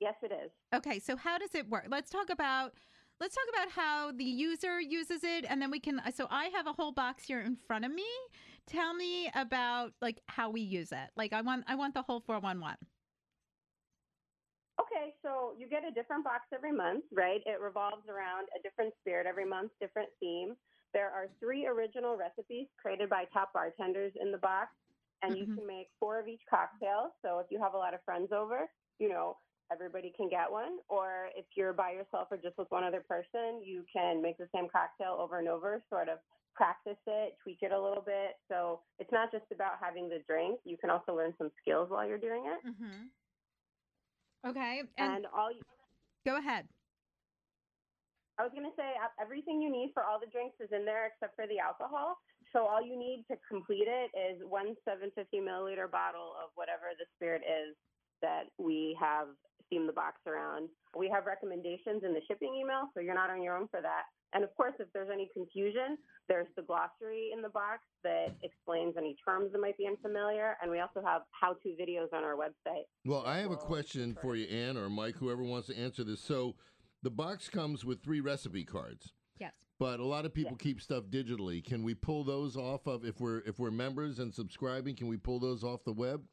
Speaker 8: Yes, it is.
Speaker 1: Okay, so how does it work? Let's talk about let's talk about how the user uses it and then we can so I have a whole box here in front of me. Tell me about like how we use it. Like I want I want the whole 411.
Speaker 8: Okay, so you get a different box every month, right? It revolves around a different spirit every month, different theme. There are three original recipes created by top bartenders in the box, and
Speaker 1: Mhm.
Speaker 8: you can make four of each cocktail. So if you have a lot of friends over, you know, everybody can get one. Or if you're by yourself or just with one other person, you can make the same cocktail over and over, sort of practice it, tweak it a little bit. So it's not just about having the drink, you can also learn some skills while you're doing it.
Speaker 1: Mhm. Okay. Mm-hmm. And,
Speaker 8: And all you
Speaker 1: go ahead.
Speaker 8: I was going to say uh, everything you need for all the drinks is in there except for the alcohol. So all you need to complete it is one 750 milliliter bottle of whatever the spirit is that we have steamed the box around. We have recommendations in the shipping email, so you're not on your own for that. And of course, if there's any confusion, there's the glossary in the box that explains any terms that might be unfamiliar. And we also have how to videos on our website.
Speaker 2: Well, I have a
Speaker 8: Well,
Speaker 2: question for you, Ann or Mike, whoever wants to answer this. So, the box comes with three recipe cards,
Speaker 1: Yes.
Speaker 2: but a lot of people keep stuff digitally. Can we pull those off of if we're if we're members and subscribing? Can we pull those off the web?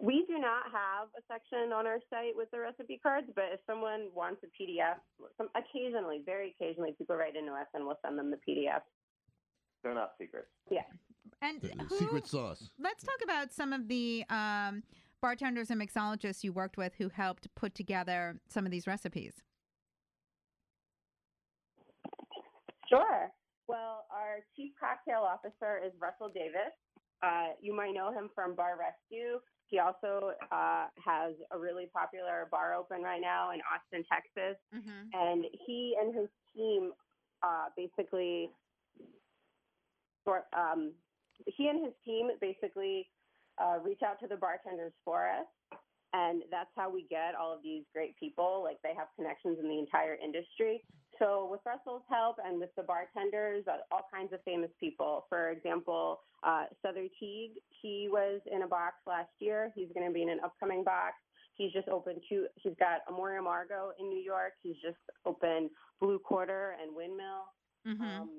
Speaker 8: We do not have a section on our site with the recipe cards, but if someone wants a PDF, some, occasionally, very occasionally, people write into us and we'll send them the PDF.
Speaker 9: They're not secrets.
Speaker 1: And
Speaker 2: Uh,
Speaker 1: who,
Speaker 2: Secret sauce.
Speaker 1: let's talk about some of the um, bartenders and mixologists you worked with who helped put together some of these recipes.
Speaker 8: Sure. Well, our chief cocktail officer is Russell Davis. Uh, you might know him from Bar Rescue. He also uh, has a really popular bar open right now in Austin, Texas.
Speaker 1: Mm-hmm.
Speaker 8: and he and his team uh, basically sort um, he and his team basically uh, reach out to the bartenders for us and that's how we get all of these great people like they have connections in the entire industry so with russell's help and with the bartenders uh, all kinds of famous people for example uh, Souther teague he was in a box last year he's going to be in an upcoming box He's just opened two. He's got Amoria Margo in New York. He's just opened Blue Quarter and Windmill.
Speaker 1: Mm-hmm.
Speaker 8: Um,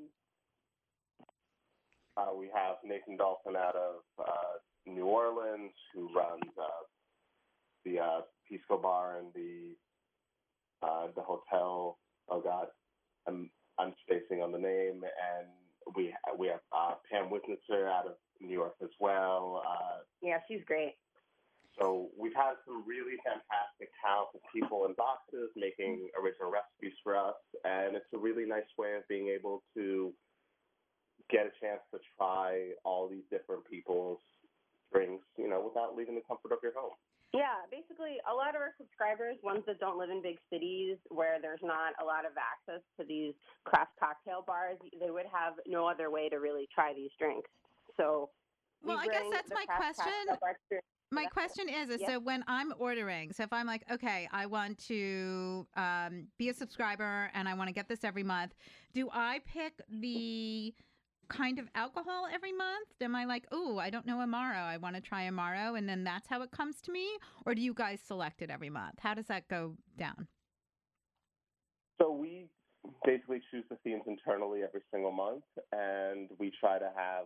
Speaker 9: Uh, we have Nathan Dolphin out of uh, New Orleans, who runs uh, the uh, Pisco Bar and the uh, the hotel. Oh God, I'm I'm spacing on the name. And we we have uh, Pam Witnitzer out of New York as well. Uh,
Speaker 8: yeah, she's great.
Speaker 9: So we've had some really fantastic, talented people in boxes making original recipes for us, and it's a really nice way of being able to get a chance to try all these different people's drinks, you know, without leaving the comfort of your home.
Speaker 8: Yeah, basically, a lot of our subscribers, ones that don't live in big cities where there's not a lot of access to these craft cocktail bars, they would have no other way to really try these drinks. So, we
Speaker 1: Well, I guess
Speaker 8: bring
Speaker 1: that's
Speaker 8: the
Speaker 1: my
Speaker 8: craft
Speaker 1: question.
Speaker 8: cocktail bar experience
Speaker 1: my
Speaker 8: That's it.
Speaker 1: question is, is
Speaker 8: Yep.
Speaker 1: so when I'm ordering, so if I'm like, okay, I want to um, be a subscriber and I want to get this every month, do I pick the kind of alcohol every month? Am I like, oh, I don't know Amaro, I want to try Amaro, and then that's how it comes to me, or do you guys select it every month? How does that go down?
Speaker 9: So we basically choose the themes internally every single month, and we try to have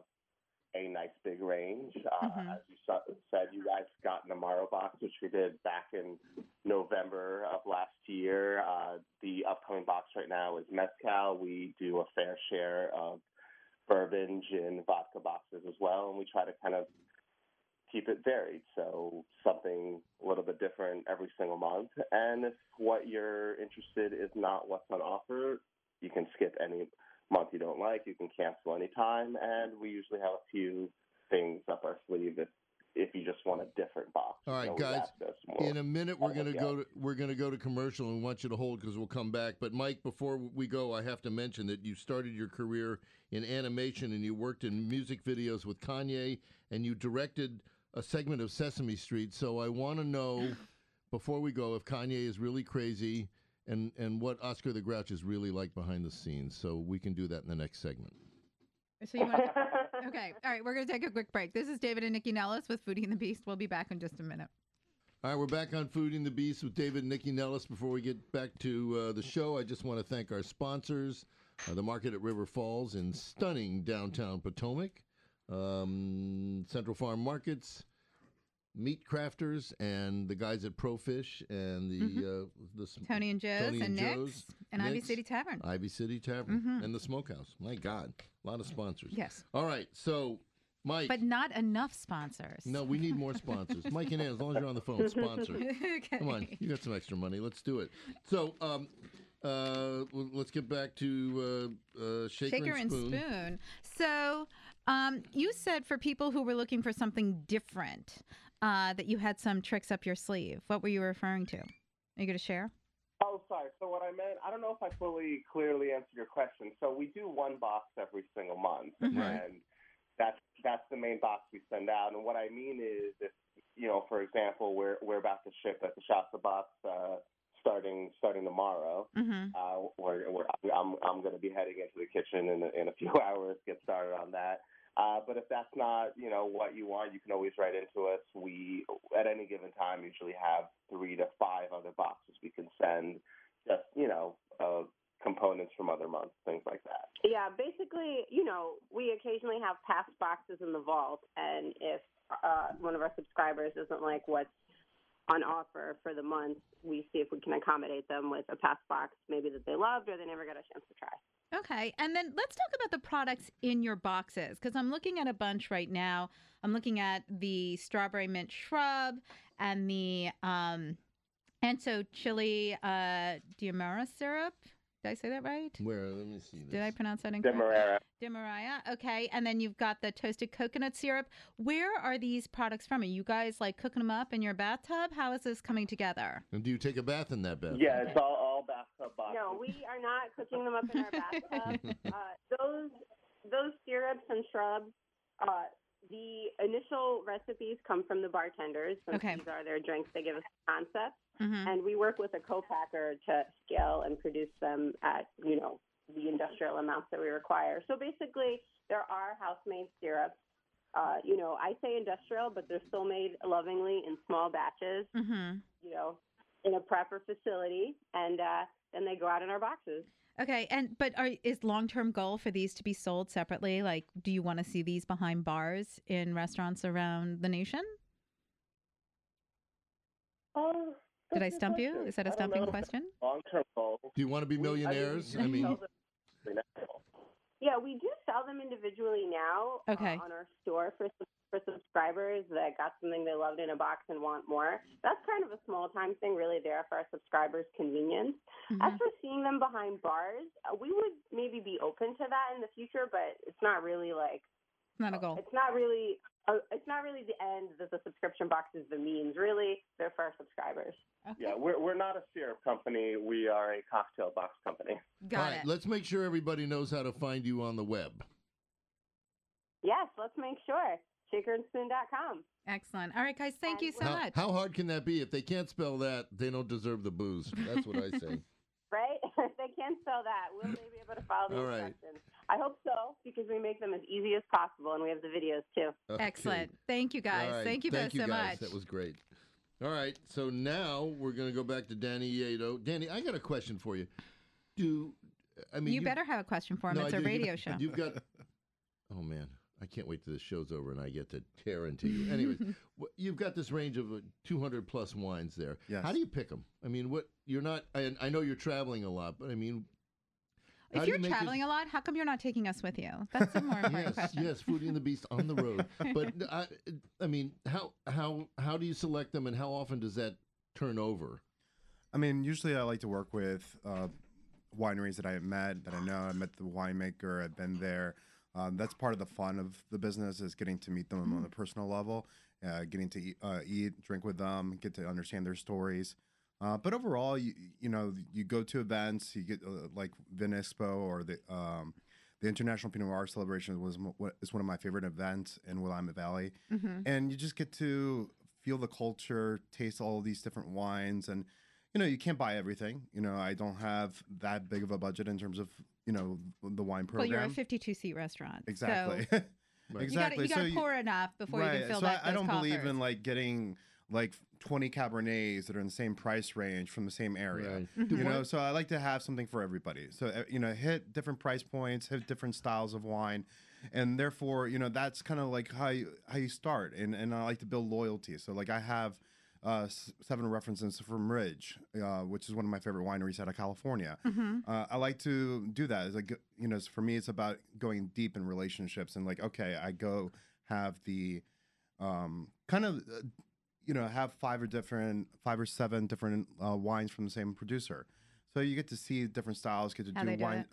Speaker 9: a nice big range. Uh,
Speaker 1: Mhm.
Speaker 9: As you sa- said, you guys got an Amaro box, which we did back in November of last year. Uh, the upcoming box right now is Mezcal. We do a fair share of bourbon, gin, vodka boxes as well, and we try to kind of keep it varied. So something a little bit different every single month. And if what you're interested is not what's on offer, you can skip any month you don't like. You can cancel any time. And we usually have a few things up our sleeve if, if you just want a different box.
Speaker 2: All right,
Speaker 9: You know, we
Speaker 2: guys,
Speaker 9: ask us more.
Speaker 2: In a minute, we're
Speaker 9: Oh,
Speaker 2: gonna
Speaker 9: yeah.
Speaker 2: go to we're gonna go to commercial, and we want you to hold because we'll come back. But Mike, before we go, I have to mention that you started your career in animation, and you worked in music videos with Kanye, and you directed a segment of Sesame Street. So I want to know before we go if Kanye is really crazy, and and what Oscar the Grouch is really like behind the scenes. So we can do that in the next segment.
Speaker 1: So you
Speaker 8: *laughs*
Speaker 1: want to? okay, all right, we're going to take a quick break. This is David and Nikki Nellis with Foodie and the Beast. We'll be back in just a minute.
Speaker 2: All right, we're back on Food and the Beast with David and Nikki Nellis. Before we get back to uh, the show, I just want to thank our sponsors, uh, the market at River Falls in stunning downtown Potomac, um, Central Farm Markets, Meat Crafters, and the guys at Profish and the uh, the sm-
Speaker 1: Mm-hmm. Tony and Joe's
Speaker 2: Tony
Speaker 1: and
Speaker 2: and
Speaker 1: Nick's
Speaker 2: Joe's,
Speaker 1: and Ivy
Speaker 2: Nick's.
Speaker 1: City Tavern.
Speaker 2: Ivy City Tavern
Speaker 1: Mhm.
Speaker 2: and the Smokehouse. My God, a lot of sponsors.
Speaker 1: Yes,
Speaker 2: All right, so Mike.
Speaker 1: but not enough sponsors.
Speaker 2: no, we need more sponsors. Mike and Ann, as long as you're on the phone, sponsor.
Speaker 1: *laughs* okay.
Speaker 2: Come
Speaker 1: *laughs*
Speaker 2: on, you got some extra money. Let's do it. So, um, uh, well, let's get back to uh, uh, shaker,
Speaker 1: Shaker and spoon. So, um, you said for people who were looking for something different, uh, that you had some tricks up your sleeve. What were you referring to? Are you going to share?
Speaker 9: Oh, sorry. So what I meant, I don't know if I fully clearly answered your question. So we do one box every single month,
Speaker 1: Mhm.
Speaker 2: Right.
Speaker 9: and that's that's the main box we send out. And what I mean is, if you know, for example, we're we're about to ship at the Shasta box uh, starting starting tomorrow.
Speaker 1: Mm-hmm.
Speaker 9: Uh, we're, we're, I'm I'm going to be heading into the kitchen in a, *laughs* in a few hours. Get started on that. Uh, but if that's not you know what you want, you can always write into us. We at any given time usually have three to five other boxes we can send. Just you know uh, components from other months, things like that.
Speaker 8: Yeah, basically, you know, we occasionally have past boxes in the vault, and if uh, one of our subscribers doesn't like what's on offer for the month, we see if we can accommodate them with a past box maybe that they loved or they never got a chance to try.
Speaker 1: Okay, and then let's talk about the products in your boxes because I'm looking at a bunch right now. I'm looking at the strawberry mint shrub and the um, Anso chili uh, Diamara syrup. Did I say that right?
Speaker 2: Where? Let me see. This.
Speaker 1: Did I pronounce that incorrectly?
Speaker 9: Demerara.
Speaker 1: Demerara. Okay, and then you've got the toasted coconut syrup. Where are these products from? Are you guys like cooking them up in your bathtub? How is this coming together?
Speaker 2: and do you take a bath in that bath?
Speaker 9: Yeah, it's all, all bathtub boxes.
Speaker 8: No, we are not cooking them up in our bathtub. uh, those those syrups and shrubs, uh, the initial recipes come from the bartenders. Since
Speaker 1: Okay.
Speaker 8: These are their drinks. They give us the concept,
Speaker 1: Mm-hmm.
Speaker 8: and we work with a co-packer to scale and produce them at you know the industrial amounts that we require. So basically, there are house-made syrups. Uh, you know, I say industrial, but they're still made lovingly in small batches.
Speaker 1: Mm-hmm.
Speaker 8: You know, in a proper facility, and uh, then they go out in our boxes.
Speaker 1: Okay, and but are, is long term goal for these to be sold separately? Like, do you want to see these behind bars in restaurants around the nation?
Speaker 9: Oh,
Speaker 1: Did I stump you? Is that Uh, a stumping question?
Speaker 9: Long term goal.
Speaker 2: Do you want to be
Speaker 9: We- I mean,
Speaker 2: millionaires?
Speaker 9: we
Speaker 2: I mean,
Speaker 9: sell them- we know.
Speaker 8: Yeah, we do sell them individually now uh,
Speaker 1: Okay.
Speaker 8: on our store for sub- for subscribers that got something they loved in a box and want more. That's kind of a small time thing, really, there for our subscribers' convenience. As
Speaker 2: Mm-hmm.
Speaker 1: Mhm.
Speaker 8: for seeing them behind bars, uh, we would maybe be open to that in the future, but it's not really like
Speaker 1: *laughs* Not a goal.
Speaker 8: it's not really uh, it's not really the end that the subscription box is the means. Really, they're for our subscribers.
Speaker 1: Okay.
Speaker 9: Yeah, we're, we're not a syrup company. We are a cocktail box company.
Speaker 1: Got
Speaker 2: all right.
Speaker 1: it.
Speaker 2: Let's make sure everybody knows how to find you on the web.
Speaker 8: Yes, let's make sure. shakerandspoon.com.
Speaker 1: Excellent. All right, guys, thank you so
Speaker 2: how,
Speaker 1: much.
Speaker 2: how hard can that be? If they can't spell that, they don't deserve the booze. That's what I
Speaker 1: *laughs*
Speaker 2: say.
Speaker 8: Right? *laughs* they can spell that. Will they be able to follow
Speaker 2: *laughs*
Speaker 8: the
Speaker 2: All right.
Speaker 8: instructions? I hope so because we make them as easy as possible and we have the videos too.
Speaker 2: Okay.
Speaker 1: Excellent. Thank you guys.
Speaker 2: All right,
Speaker 1: Thank you both so
Speaker 2: guys.
Speaker 1: much.
Speaker 2: That was great. All right, so now we're going to go back to Danny Yato. Danny, I got a question for you. Do I mean
Speaker 1: you, better have a question for him.
Speaker 2: No,
Speaker 1: it's
Speaker 2: I
Speaker 1: a
Speaker 2: do. You- *laughs*
Speaker 1: radio show.
Speaker 2: You've got. Oh man, I can't wait till this show's over and I get to tear into you.
Speaker 1: *laughs*
Speaker 2: Anyways, wh- you've got this range of uh, 200 plus wines there.
Speaker 5: Yes.
Speaker 2: How do you pick them? I mean, what you're not. I, I know you're traveling a lot, but I mean, how
Speaker 1: if
Speaker 2: do
Speaker 1: you're
Speaker 2: you make
Speaker 1: traveling
Speaker 2: this-
Speaker 1: a lot, how come you're not taking us
Speaker 2: *laughs*
Speaker 1: with you? That's the more important
Speaker 2: yes,
Speaker 1: *laughs* question.
Speaker 2: yes, Foodie and the Beast on the road. But I, I mean, how how how do you select them, and how often does that turn over?
Speaker 5: I mean, usually I like to work with uh, wineries that I have met, that I know. I met the winemaker. I've been there. Um, that's part of the fun of the business is getting to meet them on a personal level, uh, getting to eat, uh, eat, drink with them, get to understand their stories. Uh, but overall, you you know, you go to events, you get uh, like Vin Expo or the um, the International Pinot Noir Celebration was m- wa- is one of my favorite events in Willamette Valley
Speaker 1: hmm
Speaker 5: and you just get to feel the culture, taste all these different wines, and you know you can't buy everything. You know I don't have that big of a budget in terms of you know the wine
Speaker 1: Well,
Speaker 5: program.
Speaker 1: you're a 52 seat restaurant.
Speaker 5: exactly, *laughs*
Speaker 1: So
Speaker 2: Right.
Speaker 1: you gotta-
Speaker 5: exactly.
Speaker 1: You got to
Speaker 5: you-
Speaker 1: pour enough before you can fill
Speaker 5: so I-
Speaker 1: that.
Speaker 5: I,
Speaker 1: those
Speaker 5: don't believe in
Speaker 1: coffers.
Speaker 5: like getting like 20 cabernets that are in the same price range from the same area.
Speaker 2: Right.
Speaker 5: You know, so I like to have something for everybody. So uh, you know, hit different price points, hit different styles of wine, and therefore, you know, that's kind of like how you, how you start. And and I like to build loyalty. So like I have uh, s- seven references from Ridge, uh, which is one of my favorite wineries out of California.
Speaker 1: Mm-hmm.
Speaker 5: Uh, I like to do that. It's like you know, it's- for me, it's about going deep in relationships and like, okay, I go have the um, kind of uh, you know have five or different five or seven different uh, wines from the same producer so you get to see different styles get to
Speaker 1: How
Speaker 5: do
Speaker 1: they do
Speaker 5: wine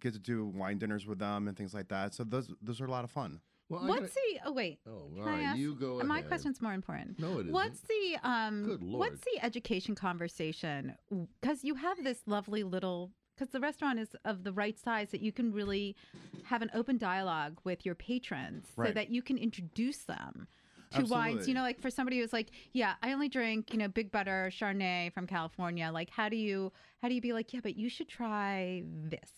Speaker 5: get to do wine dinners with them and things like that so those those are a lot of fun
Speaker 2: Well, I
Speaker 1: What's the? Oh wait.
Speaker 2: gotta- oh, all
Speaker 1: Can I
Speaker 2: right,
Speaker 1: ask-
Speaker 2: you go.
Speaker 1: My
Speaker 2: ahead.
Speaker 1: question's more important.
Speaker 2: No, it isn't.
Speaker 1: What's the um?
Speaker 2: Good lord.
Speaker 1: What's the education conversation? Because you have this lovely little. Because the restaurant is of the right size that you can really have an open dialogue with your patrons, so
Speaker 5: Right.
Speaker 1: that you can introduce them to wines. You
Speaker 5: Absolutely.
Speaker 1: know, like for somebody who's like, yeah, I only drink you know Big Butter Chardonnay from California. Like, how do you how do you be like, yeah, but you should try this.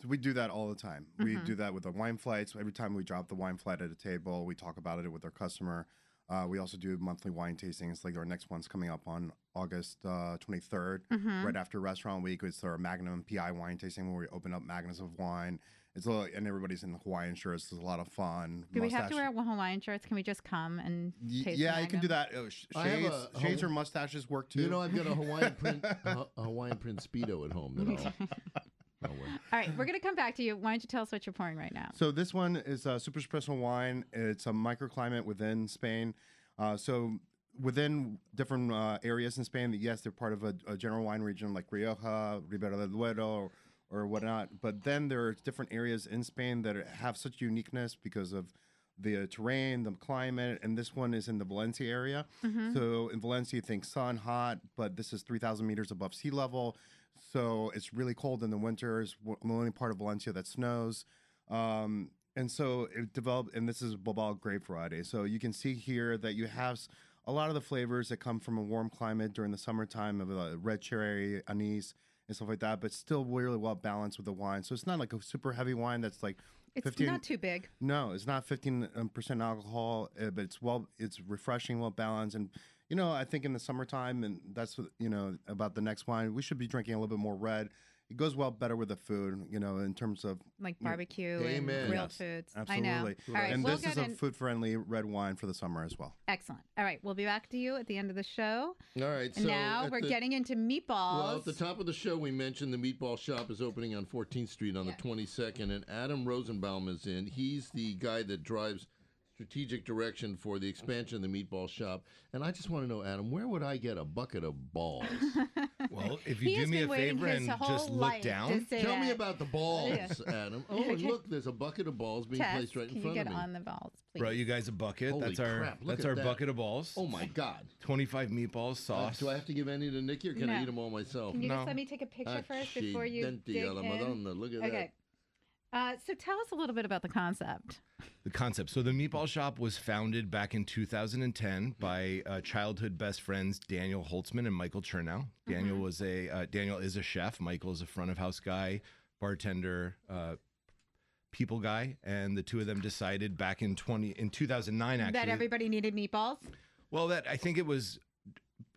Speaker 5: So we do that all the time. We
Speaker 1: Mm-hmm.
Speaker 5: do that with the wine flights. Every time we drop the wine flight at a table, we talk about it with our customer. Uh, we also do monthly wine tastings. Like our next one's coming up on August uh, 23rd,
Speaker 1: Mm-hmm.
Speaker 5: right after Restaurant Week. It's our Magnum PI wine tasting where we open up magnums of wine. It's a little, and everybody's in Hawaiian shirts. It's a lot of fun.
Speaker 1: Do we have to
Speaker 5: Mustache-
Speaker 1: wear Hawaiian shirts? Can we just come and
Speaker 5: Y-
Speaker 1: taste?
Speaker 5: yeah,
Speaker 1: the
Speaker 5: you can do
Speaker 1: magnum?
Speaker 5: that. Oh, sh-
Speaker 2: I have
Speaker 5: shades,
Speaker 2: a
Speaker 5: shades
Speaker 2: Haw-
Speaker 5: or mustaches work too.
Speaker 2: You know, I've got a
Speaker 1: *laughs*
Speaker 2: Hawaiian
Speaker 5: *laughs*
Speaker 2: print a Hawaiian print speedo at home that I'll,
Speaker 1: *laughs*
Speaker 2: I'll wear.
Speaker 1: All right, we're gonna come back to you. Why don't you tell us what you're pouring right now?
Speaker 5: So this one is a super espresso wine. It's a microclimate within Spain. Uh, so within different uh, areas in Spain, yes, they're part of a, a general wine region like Rioja, Ribera del Duero, or, or whatnot. But then there are different areas in Spain that are- have such uniqueness because of the terrain, the climate, and this one is in the Valencia area.
Speaker 1: Mm-hmm.
Speaker 5: So in Valencia, you think sun, hot, but this is 3,000 meters above sea level. So it's really cold in the winter. It's w- the only part of Valencia that snows. Um, and so it developed, and this is Bobal grape variety. So you can see here that you have s- a lot of the flavors that come from a warm climate during the summertime of uh, red cherry, anise, and stuff like that, but still really well balanced with the wine. So it's not like a super heavy wine that's like
Speaker 1: It's
Speaker 5: 15
Speaker 1: not too big.
Speaker 5: no, it's not 15% alcohol, uh, but it's well, it's refreshing, well balanced. And, you know, I think in the summertime, and that's, what, you know, about the next wine, we should be drinking a little bit more red. It goes well better with the food, you know, in terms of.
Speaker 1: like
Speaker 5: Yeah.
Speaker 1: barbecue
Speaker 2: Amen.
Speaker 1: and grilled
Speaker 5: Yes,
Speaker 1: foods.
Speaker 5: Absolutely.
Speaker 1: I know. All right,
Speaker 5: and
Speaker 1: we'll
Speaker 5: this is
Speaker 1: get
Speaker 5: a
Speaker 1: in.
Speaker 5: food friendly red wine for the summer as well.
Speaker 1: Excellent. All right, we'll be back to you at the end of the show.
Speaker 2: All right, so
Speaker 1: now
Speaker 2: at
Speaker 1: we're
Speaker 2: the-
Speaker 1: getting into meatballs.
Speaker 2: Well, at the top of the show, we mentioned the meatball shop is opening on 14th Street on
Speaker 1: Yeah.
Speaker 2: the 22nd, and Adam Rosenbaum is in. He's the guy that drives strategic direction for the expansion of the meatball shop. And I just want to know, Adam, where would I get a bucket of balls?
Speaker 10: Well, if
Speaker 1: He
Speaker 10: you do
Speaker 1: has
Speaker 10: me
Speaker 1: been
Speaker 10: a
Speaker 1: waiting
Speaker 10: favor
Speaker 1: his
Speaker 10: and
Speaker 1: whole
Speaker 10: just
Speaker 1: life
Speaker 10: look
Speaker 1: to
Speaker 10: down,
Speaker 1: *laughs* say
Speaker 2: Tell me
Speaker 1: that.
Speaker 2: about the balls,
Speaker 1: Yeah.
Speaker 2: Adam. Oh, and
Speaker 1: *laughs* Okay.
Speaker 2: look, there's a bucket of balls being
Speaker 1: Tess,
Speaker 2: placed right in
Speaker 1: can
Speaker 2: front
Speaker 1: you get
Speaker 2: of me.
Speaker 1: on the balls, please?
Speaker 10: brought you guys a bucket.
Speaker 2: Holy
Speaker 10: that's our
Speaker 2: crap, look
Speaker 10: that's
Speaker 2: at
Speaker 10: our
Speaker 2: that.
Speaker 10: bucket of balls.
Speaker 2: Oh my God!
Speaker 10: 25 meatballs,
Speaker 2: Uh,
Speaker 10: sauce.
Speaker 2: do I have to give any to Nikki, or can I
Speaker 1: No.
Speaker 2: eat them all myself?
Speaker 1: Can you
Speaker 5: No.
Speaker 2: Ah,
Speaker 1: just let me take a picture first before you
Speaker 2: Accidenti
Speaker 1: dig
Speaker 2: alla
Speaker 1: in?
Speaker 2: Madonna, Look at
Speaker 1: Okay. Uh, so tell us a little bit about the concept.
Speaker 5: The concept. So the Meatball Shop was founded back in 2010 by uh, childhood best friends Daniel Holtzman and Michael Chernow. Daniel was a uh, Daniel is a chef. Michael is a front of house guy, bartender, uh, people guy, and the two of them decided back in 20 in 2009 actually
Speaker 1: that everybody needed meatballs.
Speaker 5: Well, that I think it was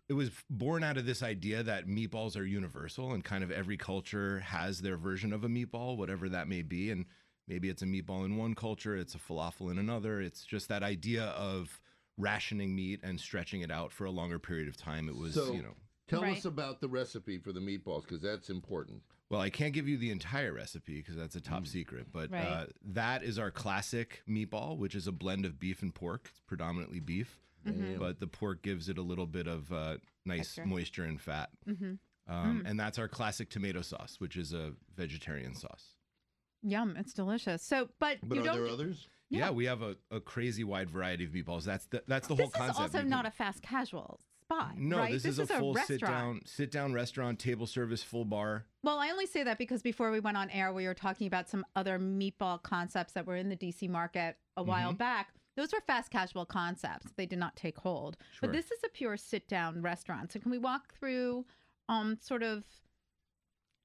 Speaker 5: it was born out of this idea that meatballs are universal and kind of every culture has their version of a meatball, whatever that may be. And maybe it's a meatball in one culture, it's a falafel in another. It's just that idea of rationing meat and stretching it out for a longer period of time. It was,
Speaker 2: So-
Speaker 5: you know.
Speaker 2: Tell
Speaker 1: Right.
Speaker 2: us about the recipe for the meatballs because that's important.
Speaker 5: Well, I can't give you the entire recipe because that's a top secret, but
Speaker 1: Right.
Speaker 5: uh, that is our classic meatball, which is a blend of beef and pork. It's predominantly beef,
Speaker 1: Mm-hmm.
Speaker 5: but the pork gives it a little bit of uh, nice
Speaker 1: Extra.
Speaker 5: moisture and fat.
Speaker 1: Mm-hmm.
Speaker 5: Um, And that's our classic tomato sauce, which is a vegetarian sauce.
Speaker 1: Yum, it's delicious. So, but,
Speaker 2: But
Speaker 1: you
Speaker 2: are
Speaker 1: don't.
Speaker 2: there others?
Speaker 5: Yeah,
Speaker 1: Yeah.
Speaker 5: we have a, a crazy wide variety of meatballs. That's the, that's the
Speaker 1: this
Speaker 5: whole concept.
Speaker 1: is also
Speaker 5: You can-
Speaker 1: not a fast casual spot.
Speaker 5: no,
Speaker 1: right?
Speaker 5: this, is, a full sit down sit down restaurant, table service, full bar.
Speaker 1: Well, I only say that because before we went on air, we were talking about some other meatball concepts that were in the DC market a while back. Those were fast casual concepts. They did not take hold.
Speaker 5: Sure.
Speaker 1: But this is a pure sit down restaurant. So, can we walk through um, sort of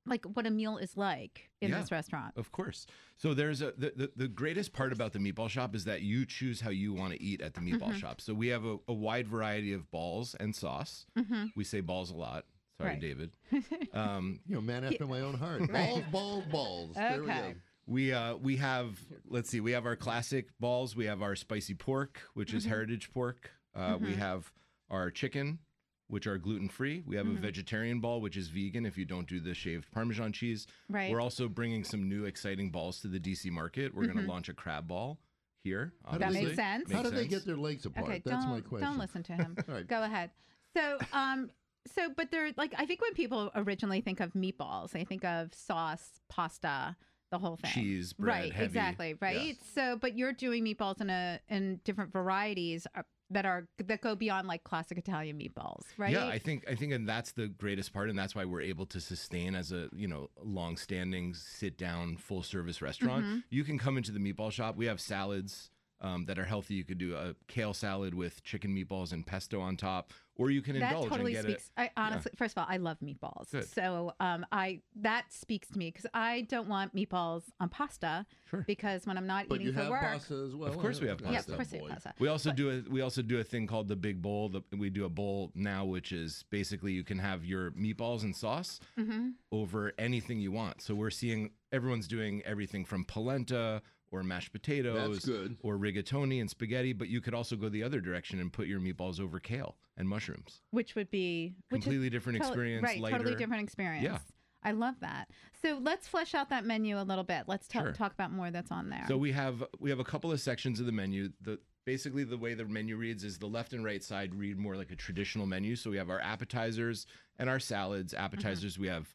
Speaker 1: like what a meal is like in
Speaker 5: Yeah.
Speaker 1: this restaurant?
Speaker 5: Of course. So there's a the, the, the greatest part about the meatball shop is that you choose how you want to eat at the meatball
Speaker 1: Mm-hmm.
Speaker 5: shop. So we have a, a wide variety of balls and sauce.
Speaker 1: Mm-hmm.
Speaker 5: We say balls a lot. Sorry,
Speaker 1: Right.
Speaker 5: David.
Speaker 1: *laughs*
Speaker 5: Um,
Speaker 2: You know, man after my own heart.
Speaker 1: Right.
Speaker 2: Balls, balls, balls. There we go.
Speaker 1: Okay.
Speaker 5: we uh, we have let's see, we have our classic balls. We have our spicy pork, which is
Speaker 1: Mhm.
Speaker 5: heritage pork. Uh, We
Speaker 1: Mhm.
Speaker 5: have our chicken, which are gluten free. We have
Speaker 1: Mhm.
Speaker 5: a vegetarian ball, which is vegan if you don't do the shaved Parmesan cheese.
Speaker 1: Right.
Speaker 5: We're also bringing some new exciting balls to the DC market. We're going
Speaker 1: Mhm.
Speaker 5: to launch a crab ball here.
Speaker 2: do
Speaker 1: that
Speaker 2: they-
Speaker 5: obviously.
Speaker 1: makes sense.
Speaker 2: How
Speaker 5: Makes
Speaker 2: did they
Speaker 5: sense.
Speaker 2: get their legs apart?
Speaker 1: Okay,
Speaker 2: That's
Speaker 1: don't,
Speaker 2: my question.
Speaker 1: Don't listen to him.
Speaker 2: All right.
Speaker 1: Go ahead. So, um, so but they're like I think when people originally think of meatballs, they think of sauce, pasta, the whole thing.
Speaker 5: Cheese, bread,
Speaker 1: right?
Speaker 5: heavy.
Speaker 1: Exactly, right? So, but you're doing meatballs in a in different varieties uh, that are that go beyond like classic Italian meatballs, right?
Speaker 5: Yeah, I think I think and that's the greatest part, and that's why we're able to sustain as a you know long-standing sit-down full-service restaurant.
Speaker 1: Mhm.
Speaker 5: You can come into the meatball shop. We have salads um, that are healthy. You could do a kale salad with chicken meatballs and pesto on top, or you can
Speaker 1: that
Speaker 5: indulge
Speaker 1: totally
Speaker 5: and get
Speaker 1: speaks. I honestly, first of all, I love meatballs,
Speaker 5: Good.
Speaker 1: so um, I that speaks to me because I don't want meatballs on pasta
Speaker 5: Sure.
Speaker 1: because when I'm not
Speaker 2: But
Speaker 1: eating
Speaker 2: you
Speaker 1: for
Speaker 2: have
Speaker 1: work,
Speaker 2: pasta as well.
Speaker 5: Of course we have
Speaker 1: yeah,
Speaker 5: pasta,
Speaker 1: of course, I
Speaker 2: boy.
Speaker 1: have pasta.
Speaker 5: it. We also do a we also do a thing called the big bowl. The, we do a bowl now, which is basically you can have your meatballs and sauce,
Speaker 1: Mm-hmm.
Speaker 5: over anything you want. So we're seeing everyone's doing everything from polenta or mashed potatoes
Speaker 2: That's good.
Speaker 5: or rigatoni and spaghetti, but you could also go the other direction and put your meatballs over kale and mushrooms.
Speaker 1: which would be which is
Speaker 5: Completely different
Speaker 1: totally-
Speaker 5: experience
Speaker 1: right?
Speaker 5: later.
Speaker 1: Totally different experience. I love that. So let's flesh out that menu a little bit. Let's talk
Speaker 5: Sure.
Speaker 1: talk about more that's on there.
Speaker 5: So we have we have a couple of sections of the menu. The basically the way the menu reads is the left and right side read more like a traditional menu. So we have our appetizers and our salads.
Speaker 1: Mm-hmm.
Speaker 5: Appetizers we have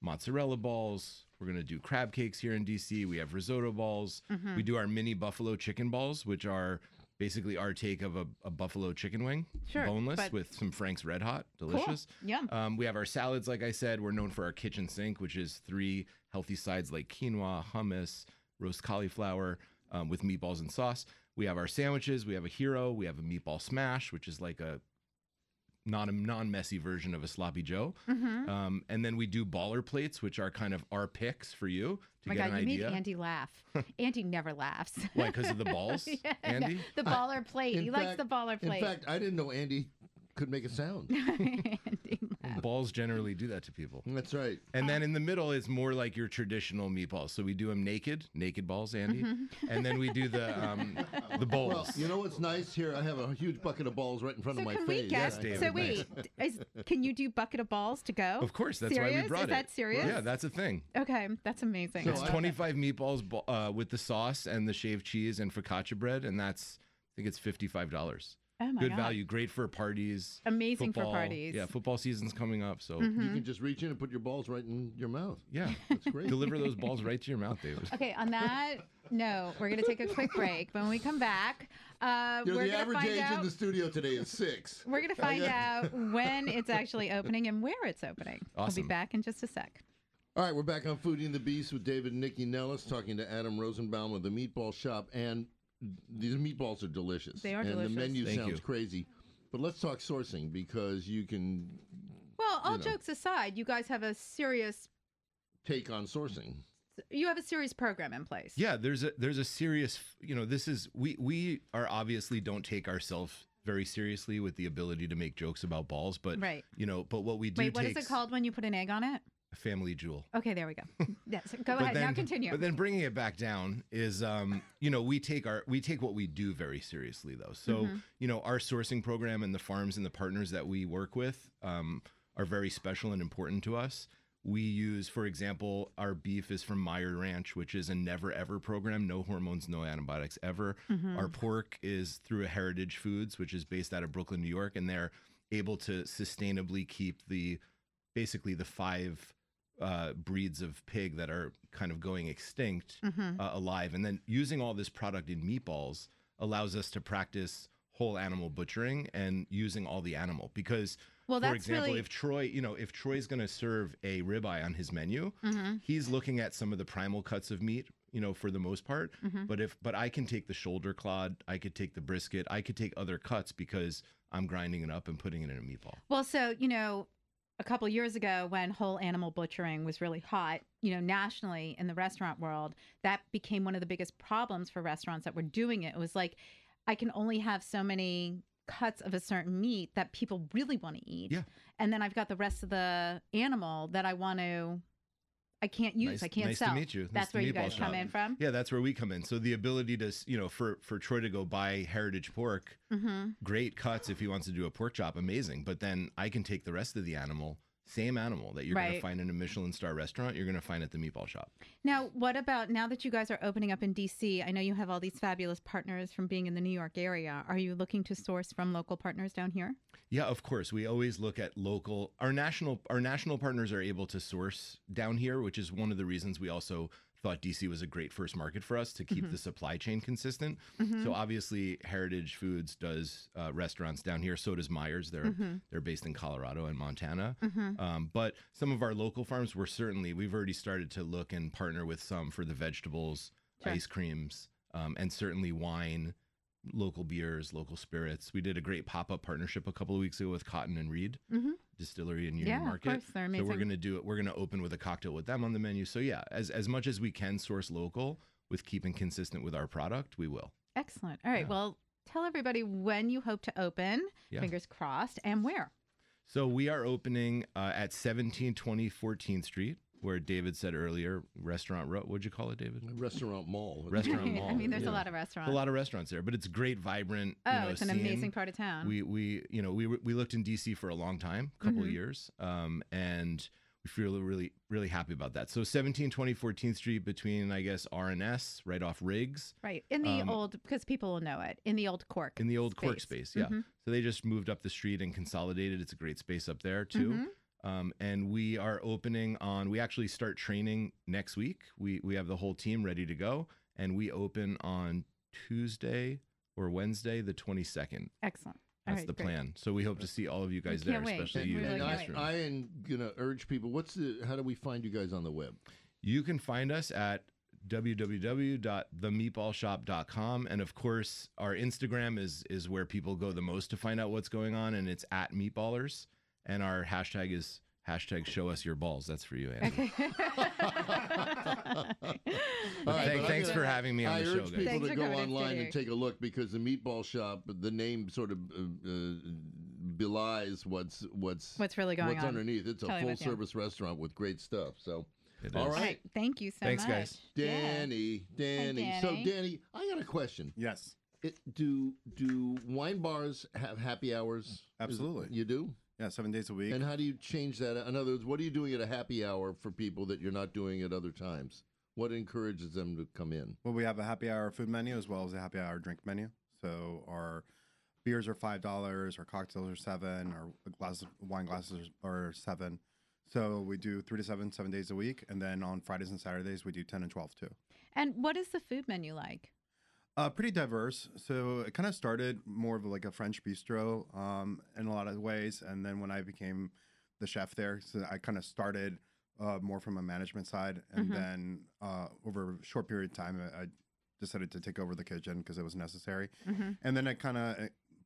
Speaker 5: mozzarella balls. We're gonna do crab cakes here in DC. We have risotto balls.
Speaker 1: Mm-hmm.
Speaker 5: We
Speaker 1: Mm.
Speaker 5: do our mini buffalo chicken balls, which are basically our take of a, a buffalo chicken wing,
Speaker 1: Sure,
Speaker 5: boneless
Speaker 1: but-
Speaker 5: with some Frank's Red Hot,
Speaker 1: cool.
Speaker 5: delicious.
Speaker 1: Yum.
Speaker 5: Um, we have our salads, like I said. We're known for our kitchen sink, which is three healthy sides like quinoa, hummus, roast cauliflower um, with meatballs and sauce. We have our sandwiches. We have a hero. We have a meatball smash, which is like a not a non messy version of a sloppy Joe.
Speaker 1: Mhm.
Speaker 5: Um, and then we do baller plates, which are kind of our picks for you
Speaker 1: Oh
Speaker 5: to
Speaker 1: my
Speaker 5: get
Speaker 1: God,
Speaker 5: an
Speaker 1: you
Speaker 5: idea.
Speaker 1: made Andy laugh. Andy never laughs. *laughs*
Speaker 5: *laughs* Why? Because of the balls,
Speaker 1: Yeah, no,
Speaker 5: Andy.
Speaker 1: *laughs* the baller plate.
Speaker 2: in
Speaker 1: He
Speaker 2: fact-
Speaker 1: likes the baller
Speaker 2: In
Speaker 1: plate.
Speaker 2: fact, I didn't know Andy could make a sound.
Speaker 1: *laughs* Andy laughs.
Speaker 5: Balls generally do that to people.
Speaker 1: Mm-hmm.
Speaker 2: That's right.
Speaker 5: And then in the middle is more like your traditional meatballs. So we do them naked, naked balls, Andy,
Speaker 1: Mm-hmm.
Speaker 5: and then we do the
Speaker 2: *laughs*
Speaker 5: um, the bowls.
Speaker 2: Well, you know what's nice here? I have a huge bucket of balls right in front
Speaker 1: So
Speaker 2: of my
Speaker 1: can
Speaker 2: face.
Speaker 1: we get?
Speaker 5: Yes, David,
Speaker 1: so
Speaker 5: nice.
Speaker 1: wait, is, can you do bucket of balls to go?
Speaker 5: of course, that's why
Speaker 1: serious?
Speaker 5: we brought
Speaker 1: Is
Speaker 5: it.
Speaker 1: that serious?
Speaker 5: Yeah, that's a thing.
Speaker 1: Okay, that's amazing.
Speaker 2: So
Speaker 1: I
Speaker 5: it's
Speaker 1: love it.
Speaker 5: 25 meatballs bo- uh, with the sauce and the shaved cheese and focaccia bread, and that's I think it's $55.
Speaker 1: Oh my
Speaker 5: Good
Speaker 1: God.
Speaker 5: value, great for parties.
Speaker 1: Amazing
Speaker 5: football.
Speaker 1: for parties. Mm-hmm.
Speaker 5: Yeah, football season's coming up, so
Speaker 2: You
Speaker 1: Hmm.
Speaker 2: can just reach in and put your balls right in your mouth.
Speaker 5: yeah,
Speaker 1: *laughs*
Speaker 2: That's great.
Speaker 5: deliver those balls right to your mouth, David.
Speaker 1: Okay, on that no, we're going to take a quick break. When we come back, uh,
Speaker 2: You know,
Speaker 1: we're
Speaker 2: the
Speaker 1: going to
Speaker 2: average
Speaker 1: find
Speaker 2: age in
Speaker 1: out.
Speaker 2: the studio today is six.
Speaker 1: We're going to find
Speaker 2: yeah.
Speaker 1: out when it's actually opening and where it's opening. We'll
Speaker 5: Awesome.
Speaker 1: be back in just a sec.
Speaker 2: All right, we're back on Foodie and the Beast with David and Nikki Nellis talking to Adam Rosenbaum of the Meatball Shop. And these meatballs are delicious.
Speaker 1: They are
Speaker 2: and
Speaker 1: delicious.
Speaker 2: the menu
Speaker 5: Thank
Speaker 2: sounds
Speaker 5: you.
Speaker 2: crazy. But let's talk sourcing because you can
Speaker 1: Well, all
Speaker 2: know.
Speaker 1: jokes aside, you guys have a serious
Speaker 2: take on sourcing.
Speaker 1: you have a serious program in place.
Speaker 5: Yeah, there's a there's a serious you know this is we we are obviously don't take ourselves very seriously with the ability to make jokes about balls, but
Speaker 1: Right.
Speaker 5: you know, but what we do
Speaker 1: Wait, what is
Speaker 5: takes
Speaker 1: it called when you put an egg on it?
Speaker 5: a family jewel.
Speaker 1: Okay, there
Speaker 5: *laughs*
Speaker 1: we go. yes, go
Speaker 5: But
Speaker 1: ahead. now
Speaker 5: then-
Speaker 1: continue.
Speaker 5: But then bringing it back down is, um, you know, we take our we take what we do very seriously, though. So
Speaker 1: Mhm.
Speaker 5: you know, our sourcing program and the farms and the partners that we work with um, are very special and important to us. We use, for example, our beef is from Meyer Ranch, which is a never ever program, no hormones, no antibiotics ever.
Speaker 1: Mhm.
Speaker 5: Our pork is through Heritage Foods, which is based out of Brooklyn, New York, and they're able to sustainably keep the basically the five uh, breeds of pig that are kind of going extinct
Speaker 1: Mhm.
Speaker 5: uh, alive. And then using all this product in meatballs allows us to practice whole animal butchering and using all the animal because
Speaker 1: Well,
Speaker 5: for
Speaker 1: that's
Speaker 5: example
Speaker 1: really-
Speaker 5: if troy you know if troy's going to serve a ribeye on his menu
Speaker 1: Mhm.
Speaker 5: he's looking at some of the primal cuts of meat you know for the most part but if but i can take the shoulder clod i could take the brisket i could take other cuts because i'm grinding it up and putting it in a meatball
Speaker 1: Well, so, you know, a couple years ago when whole animal butchering was really hot, you know, nationally in the restaurant world, that became one of the biggest problems for restaurants that were doing it. It was like, I can only have so many cuts of a certain meat that people really want to eat.
Speaker 5: Yeah.
Speaker 1: And then I've got the rest of the animal that I want to, I can't use,
Speaker 5: Nice-
Speaker 1: I can't
Speaker 5: nice to
Speaker 1: sell.
Speaker 5: meet you. Nice
Speaker 1: That's
Speaker 5: to
Speaker 1: where you
Speaker 5: meatball
Speaker 1: guys come
Speaker 5: shop.
Speaker 1: in from.
Speaker 5: yeah that's where we come in so the ability to s- you know for for troy to go buy heritage pork
Speaker 1: Mm-hmm.
Speaker 5: great cuts if he wants to do a pork chop, amazing. But then I can take the rest of the animal, same animal that you're going to
Speaker 1: Right.
Speaker 5: find in a Michelin star restaurant, you're going to find at the meatball shop.
Speaker 1: Now, what about now that you guys are opening up in DC? I know you have all these fabulous partners from being in the New York area. Are you looking to source from local partners down here?
Speaker 5: Yeah, of course. We always look at local. Our national our national partners are able to source down here, which is one of the reasons we also thought DC was a great first market for us to keep the supply chain consistent.
Speaker 1: Mm-hmm.
Speaker 5: So obviously, Heritage Foods does uh, restaurants down here. So does Myers. They're
Speaker 1: Mm-hmm.
Speaker 5: they're based in Colorado and Montana. Um, but some of our local farms, we're certainly we've already started to look and partner with some for the vegetables,
Speaker 1: Sure.
Speaker 5: ice creams, um, and certainly wine local beers, local spirits. We did a great pop up partnership a couple of weeks ago with Cotton and Reed
Speaker 1: Mhm.
Speaker 5: Distillery in Union
Speaker 1: yeah,
Speaker 5: Market.
Speaker 1: of course, they're
Speaker 5: so
Speaker 1: amazing.
Speaker 5: we're gonna do it. We're gonna open with a cocktail with them on the menu. So yeah, as as much as we can source local with keeping consistent with our product, we will.
Speaker 1: Excellent. All right.
Speaker 5: Yeah.
Speaker 1: Well, tell everybody when you hope to open.
Speaker 5: Yeah.
Speaker 1: Fingers crossed, and where.
Speaker 5: So we are opening uh, at 1720 14th Street, where David said earlier, restaurant row. What'd you call it, David?
Speaker 2: Restaurant mall.
Speaker 5: *laughs* *laughs* Restaurant
Speaker 1: *laughs* I
Speaker 5: mall,
Speaker 1: mean, there's a
Speaker 5: yeah.
Speaker 1: lot of
Speaker 5: There's
Speaker 1: restaurants.
Speaker 5: a lot of restaurants there, but it's great, vibrant.
Speaker 1: oh,
Speaker 5: you know,
Speaker 1: it's an
Speaker 5: scene.
Speaker 1: amazing part of town.
Speaker 5: we we you know we were- we looked in DC for a long time, a
Speaker 1: Mm-hmm.
Speaker 5: couple of years, um, and we feel really really happy about that. So 1720 14th Street between I guess R and S, right off Riggs
Speaker 1: right in the
Speaker 5: um,
Speaker 1: old because people will know it in the old Cork.
Speaker 5: in the old Cork space. Yeah,
Speaker 1: Mhm.
Speaker 5: so they just moved up the street and consolidated. It's a great space up there too.
Speaker 1: Mhm.
Speaker 5: Um, and we are opening on. We actually start training next week. We we have the whole team ready to go, and we open on Tuesday or Wednesday the 22nd.
Speaker 1: Excellent. All
Speaker 5: That's
Speaker 1: right,
Speaker 5: the
Speaker 1: great.
Speaker 5: plan. So we hope to see all of you guys there,
Speaker 1: can't wait.
Speaker 5: especially
Speaker 1: And-
Speaker 5: you.
Speaker 1: and
Speaker 5: in
Speaker 2: And
Speaker 5: the
Speaker 1: Really
Speaker 2: I,
Speaker 1: can't
Speaker 5: classroom.
Speaker 2: I am gonna urge people. What's the? How do we find you guys on the web?
Speaker 5: You can find us at www.themeatballshop.com and of course our Instagram is is where people go the most to find out what's going on and it's at meatballers and our hashtag is hashtag show us your balls that's for you Andy.
Speaker 1: *laughs*
Speaker 5: *laughs*
Speaker 2: All right,
Speaker 5: Thank-
Speaker 2: but I'm
Speaker 5: thanks
Speaker 2: gonna-
Speaker 5: for having me on
Speaker 2: I
Speaker 5: the show
Speaker 2: urge
Speaker 5: guys.
Speaker 2: people
Speaker 1: Thanks
Speaker 2: to
Speaker 1: for
Speaker 2: go
Speaker 1: coming in
Speaker 2: online
Speaker 1: studio.
Speaker 2: and take a look because the meatball shop, the name sort of uh, uh, belies what's what's
Speaker 1: What's really going
Speaker 2: what's
Speaker 1: on?
Speaker 2: underneath. It's a
Speaker 1: Totally
Speaker 2: full
Speaker 1: with you.
Speaker 2: service restaurant with great stuff. So,
Speaker 5: It
Speaker 2: all
Speaker 5: is.
Speaker 1: All
Speaker 2: right,
Speaker 1: right. Thank you so
Speaker 5: Thanks,
Speaker 1: much.
Speaker 5: guys.
Speaker 1: Yeah.
Speaker 2: Danny, Danny.
Speaker 1: Danny.
Speaker 2: So, Danny, I got a question.
Speaker 6: Yes,
Speaker 2: It, do do wine bars have happy hours? Is-
Speaker 6: Absolutely.
Speaker 2: you do.
Speaker 6: yeah, seven days a week.
Speaker 2: And how do you change that? In other words, what are you doing at a happy hour for people that you're not doing at other times? What encourages them to come in?
Speaker 6: Well, we have a happy hour food menu as well as a happy hour drink menu. So our beers are five dollars, our cocktails are seven, our glasses, wine glasses are seven. So we do three to seven, seven days a week, and then on Fridays and Saturdays we do ten and twelve too.
Speaker 1: And what is the food menu like?
Speaker 6: Uh, pretty diverse. So it kind of started more of like a French bistro um, in a lot of ways, and then when I became the chef there, so I kind of started uh, more from a management side, and
Speaker 1: Mhm.
Speaker 6: then uh, over a short period of time, I, I decided to take over the kitchen because it was necessary,
Speaker 1: hmm
Speaker 6: and then I kind of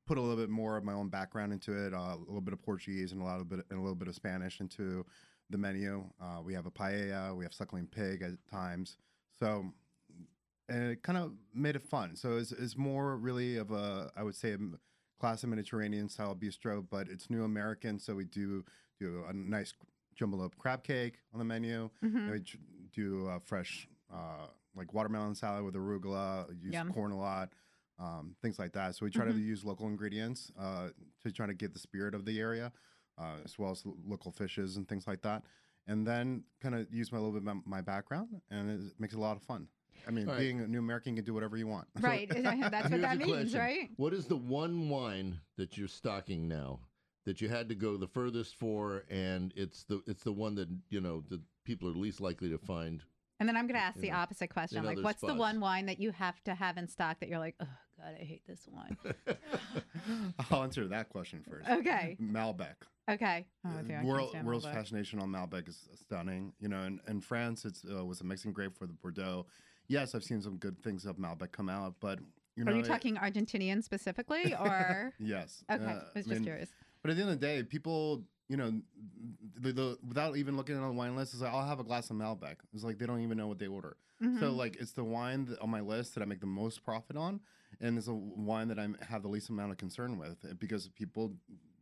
Speaker 6: put a little bit more of my own background into it, uh, a little bit of Portuguese and a lot of bit and a little bit of Spanish into the menu. Uh, we have a paella, we have suckling pig at times, so and it kind of made it fun. So it's, it's more really of a I would say a m- classic Mediterranean style bistro, but it's new American, so we do do a nice jumble up crab cake on the menu.
Speaker 1: hmm
Speaker 6: And we tr- do uh, fresh, uh, like watermelon salad with arugula. Use
Speaker 1: Yum.
Speaker 6: corn a lot, um, things like that. So we try to
Speaker 1: Mhm.
Speaker 6: use local ingredients uh, to try to get the spirit of the area, uh, as well as lo- local fishes and things like that. And then kind of use my little bit of my background, and it makes it a lot of fun. I mean,
Speaker 2: All right.
Speaker 6: being a new American, you can do whatever you want.
Speaker 1: Right. *laughs*
Speaker 6: *laughs*
Speaker 1: That's what
Speaker 2: Here's
Speaker 1: that
Speaker 2: a
Speaker 1: means,
Speaker 2: question.
Speaker 1: right?
Speaker 2: What is the one wine that you're stocking now that you had to go the furthest for, and it's the it's the one that you know the people are least likely to
Speaker 1: *laughs*
Speaker 2: find?
Speaker 1: And then I'm going to ask the
Speaker 2: In o-
Speaker 1: opposite question.
Speaker 2: in
Speaker 1: Like,
Speaker 2: other
Speaker 1: what's the
Speaker 2: spots.
Speaker 1: one wine that you have to have in stock that you're like, oh, God, I hate this
Speaker 6: *laughs*
Speaker 1: one?
Speaker 6: I'll answer that question first.
Speaker 1: Okay.
Speaker 6: Malbec.
Speaker 1: Okay. Oh,
Speaker 6: Uh,
Speaker 1: dude, I can't
Speaker 6: world,
Speaker 1: stand
Speaker 6: world's
Speaker 1: Malbec.
Speaker 6: fascination on Malbec is stunning. You know, in, in France, it's uh, was a mixing grape for the Bordeaux. Yes, I've seen some good things of Malbec come out, but you know,
Speaker 1: Are you
Speaker 6: it-
Speaker 1: talking Argentinian
Speaker 6: *laughs*
Speaker 1: specifically or?
Speaker 6: yes.
Speaker 1: Okay.
Speaker 6: uh,
Speaker 1: I was
Speaker 6: I
Speaker 1: just
Speaker 6: mean,
Speaker 1: curious.
Speaker 6: But at the end of the day, people, you know, the, the, without even looking at the wine list, it's like I'll have a glass of Malbec. It's like they don't even know what they order. So
Speaker 1: Mhm.
Speaker 6: like, it's the wine that, on my list that I make the most profit on, and it's a wine that I have the least amount of concern with uh, because people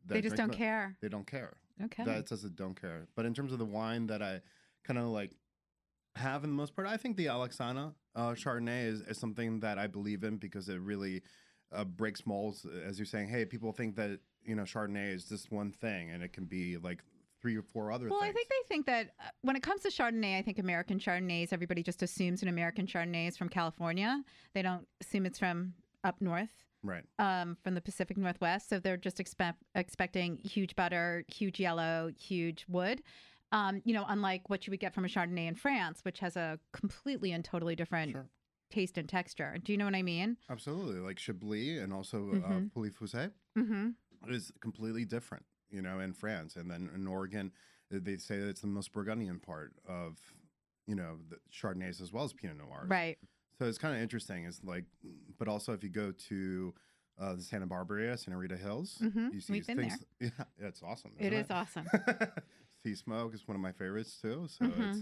Speaker 6: that
Speaker 1: they just
Speaker 6: drink
Speaker 1: don't
Speaker 6: Ma-
Speaker 1: care.
Speaker 6: They don't care.
Speaker 1: Okay.
Speaker 6: That says it don't care. But in terms of the wine that I kind of like have in the most part, I think the Alexana uh, Chardonnay is, is something that I believe in because it really uh, breaks molds. As you're saying, hey, people think that you know Chardonnay is this one thing, and it can be like three or four other.
Speaker 1: Well,
Speaker 6: things.
Speaker 1: I think they think that uh, when it comes to Chardonnay, I think American Chardonnays, everybody just assumes an American Chardonnay is from California. They don't assume it's from up north,
Speaker 6: right.
Speaker 1: um, from the Pacific Northwest. So they're just expect, expecting huge butter, huge yellow, huge wood. Um, you know, unlike what you would get from a Chardonnay in France, which has a completely and totally different
Speaker 6: Sure.
Speaker 1: taste and texture. Do you know what I mean?
Speaker 6: Absolutely, like Chablis and also uh,
Speaker 1: Mhm.
Speaker 6: Pouilly Fouzet.
Speaker 1: Mm-hmm.
Speaker 6: is completely different, you know, in France. And then in Oregon, uh, they say that it's the most Burgundian part of, you know, the Chardonnays as well as Pinot Noir.
Speaker 1: Right.
Speaker 6: So it's kind of interesting. It's like, but also if you go to uh, the Santa Barbara, Santa Rita Hills,
Speaker 1: Mhm.
Speaker 6: you see
Speaker 1: We've been
Speaker 6: things. *laughs* Yeah, it's awesome.
Speaker 1: It
Speaker 6: isn't
Speaker 1: is
Speaker 6: *laughs*
Speaker 1: awesome.
Speaker 6: sea smoke is one of my favorites too. So
Speaker 1: Mm-hmm.
Speaker 6: it's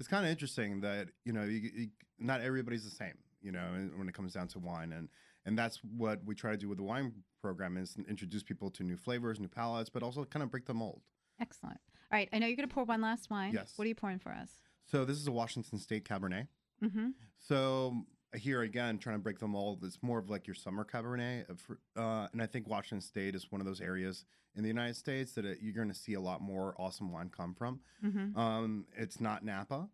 Speaker 6: it's kind of interesting that you know you, you, not everybody's the same. You know, and when it comes down to wine, and and that's what we try to do with the wine program is introduce people to new flavors, new palates, but also kind of break the mold.
Speaker 1: Excellent. All right. I know you're going to pour one last wine.
Speaker 6: Yes.
Speaker 1: What are you pouring for us?
Speaker 6: So this is a Washington State Cabernet.
Speaker 1: Mm-hmm.
Speaker 6: So here again, trying to break the mold, it's more of like your summer Cabernet. of- Uh, and I think Washington State is one of those areas in the United States that it, you're going to see a lot more awesome wine come from.
Speaker 1: Mm-hmm.
Speaker 6: Um, it's not Napa,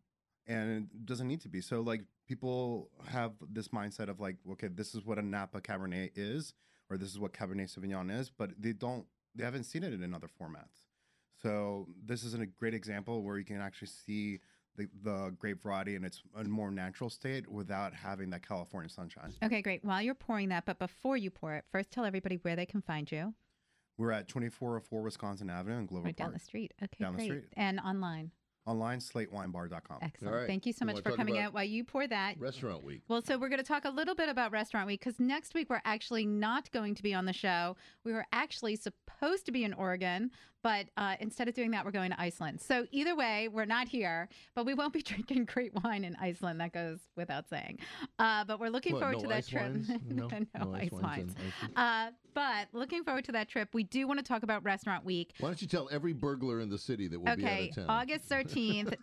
Speaker 6: and it doesn't need to be. So like people have this mindset of like, okay, this is what a Napa Cabernet is, or this is what Cabernet Sauvignon is, but they don't, they haven't seen it in other formats. So this is a great example where you can actually see the, the grape variety in its a more natural state without having that California sunshine.
Speaker 1: Okay, great. While you're pouring that, but before you pour it, first tell everybody where they can find you.
Speaker 6: We're at 2404 Wisconsin Avenue in Glover
Speaker 1: Right down
Speaker 6: Park.
Speaker 1: the street. Okay,
Speaker 6: Down the
Speaker 1: great.
Speaker 6: street.
Speaker 1: And online.
Speaker 6: Online, slatewinebar.com.
Speaker 1: Excellent.
Speaker 2: right.
Speaker 1: Thank you so
Speaker 2: You
Speaker 1: much
Speaker 2: wanna
Speaker 1: for
Speaker 2: talk
Speaker 1: coming
Speaker 2: about
Speaker 1: out while you pour that.
Speaker 2: Restaurant week.
Speaker 1: Well, so we're going to talk a little bit about Restaurant Week because next week we're actually not going to be on the show. We were actually supposed to be in Oregon, but uh, instead of doing that, we're going to Iceland. So either way, we're not here, but we won't be *laughs* drinking great wine in Iceland. That goes without saying. Uh, but we're looking
Speaker 2: What,
Speaker 1: forward
Speaker 2: no
Speaker 1: to that
Speaker 2: ice
Speaker 1: trip. *laughs*
Speaker 2: wines? No,
Speaker 1: no,
Speaker 2: no
Speaker 1: ice,
Speaker 2: ice wines
Speaker 1: wines.
Speaker 2: in Iceland.
Speaker 1: *laughs* Uh, but looking forward to that trip. We do want to talk about Restaurant Week.
Speaker 2: Why don't you tell every burglar in the city that will
Speaker 1: Okay,
Speaker 2: be out of town?
Speaker 1: August 13th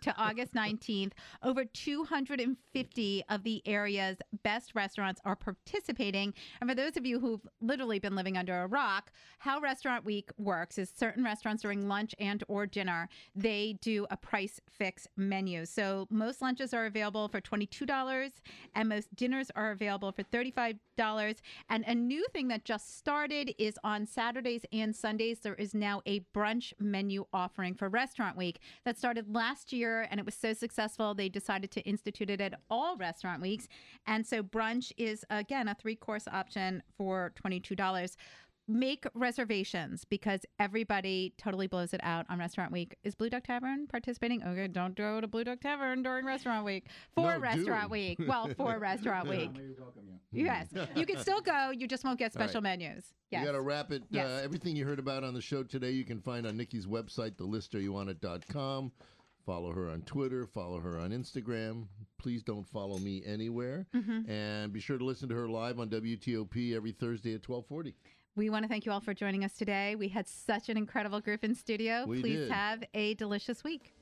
Speaker 2: *laughs*
Speaker 1: to August 19th, over 250 of the area's best restaurants are participating. And for those of you who've literally been living under a rock, how Restaurant Week works is certain restaurants during lunch and or dinner, they do a price fix menu. So most lunches are available for $22 and most dinners are available for $35. And a new thing that just started is on Saturdays and Sundays, there is now a brunch menu offering for Restaurant Week that started last year and it was so successful, they decided to institute it at all restaurant weeks. And so brunch is, again, a three course option for $22. make reservations because everybody totally blows it out on Restaurant Week. Is Blue Duck Tavern participating? Okay, don't go to Blue Duck Tavern during Restaurant Week. For
Speaker 2: No,
Speaker 1: Restaurant
Speaker 2: do.
Speaker 1: Week. Well,
Speaker 2: *laughs*
Speaker 1: for Restaurant Week.
Speaker 7: Maybe welcome you.
Speaker 1: Yes. You can still go, you just won't get
Speaker 2: All right.
Speaker 1: special menus. Yes.
Speaker 2: You got to wrap it. Uh,
Speaker 1: Yes.
Speaker 2: everything you heard about on the show today, you can find on Nikki's website, thelisteryouwantit.com. Follow her on Twitter. Follow her on Instagram. Please don't follow me anywhere.
Speaker 1: Mm-hmm.
Speaker 2: And be sure to listen to her live on WTOP every Thursday at 1240.
Speaker 1: We want to thank you all for joining us today. We had such an incredible group in studio.
Speaker 2: We
Speaker 1: Please
Speaker 2: did.
Speaker 1: have a delicious week.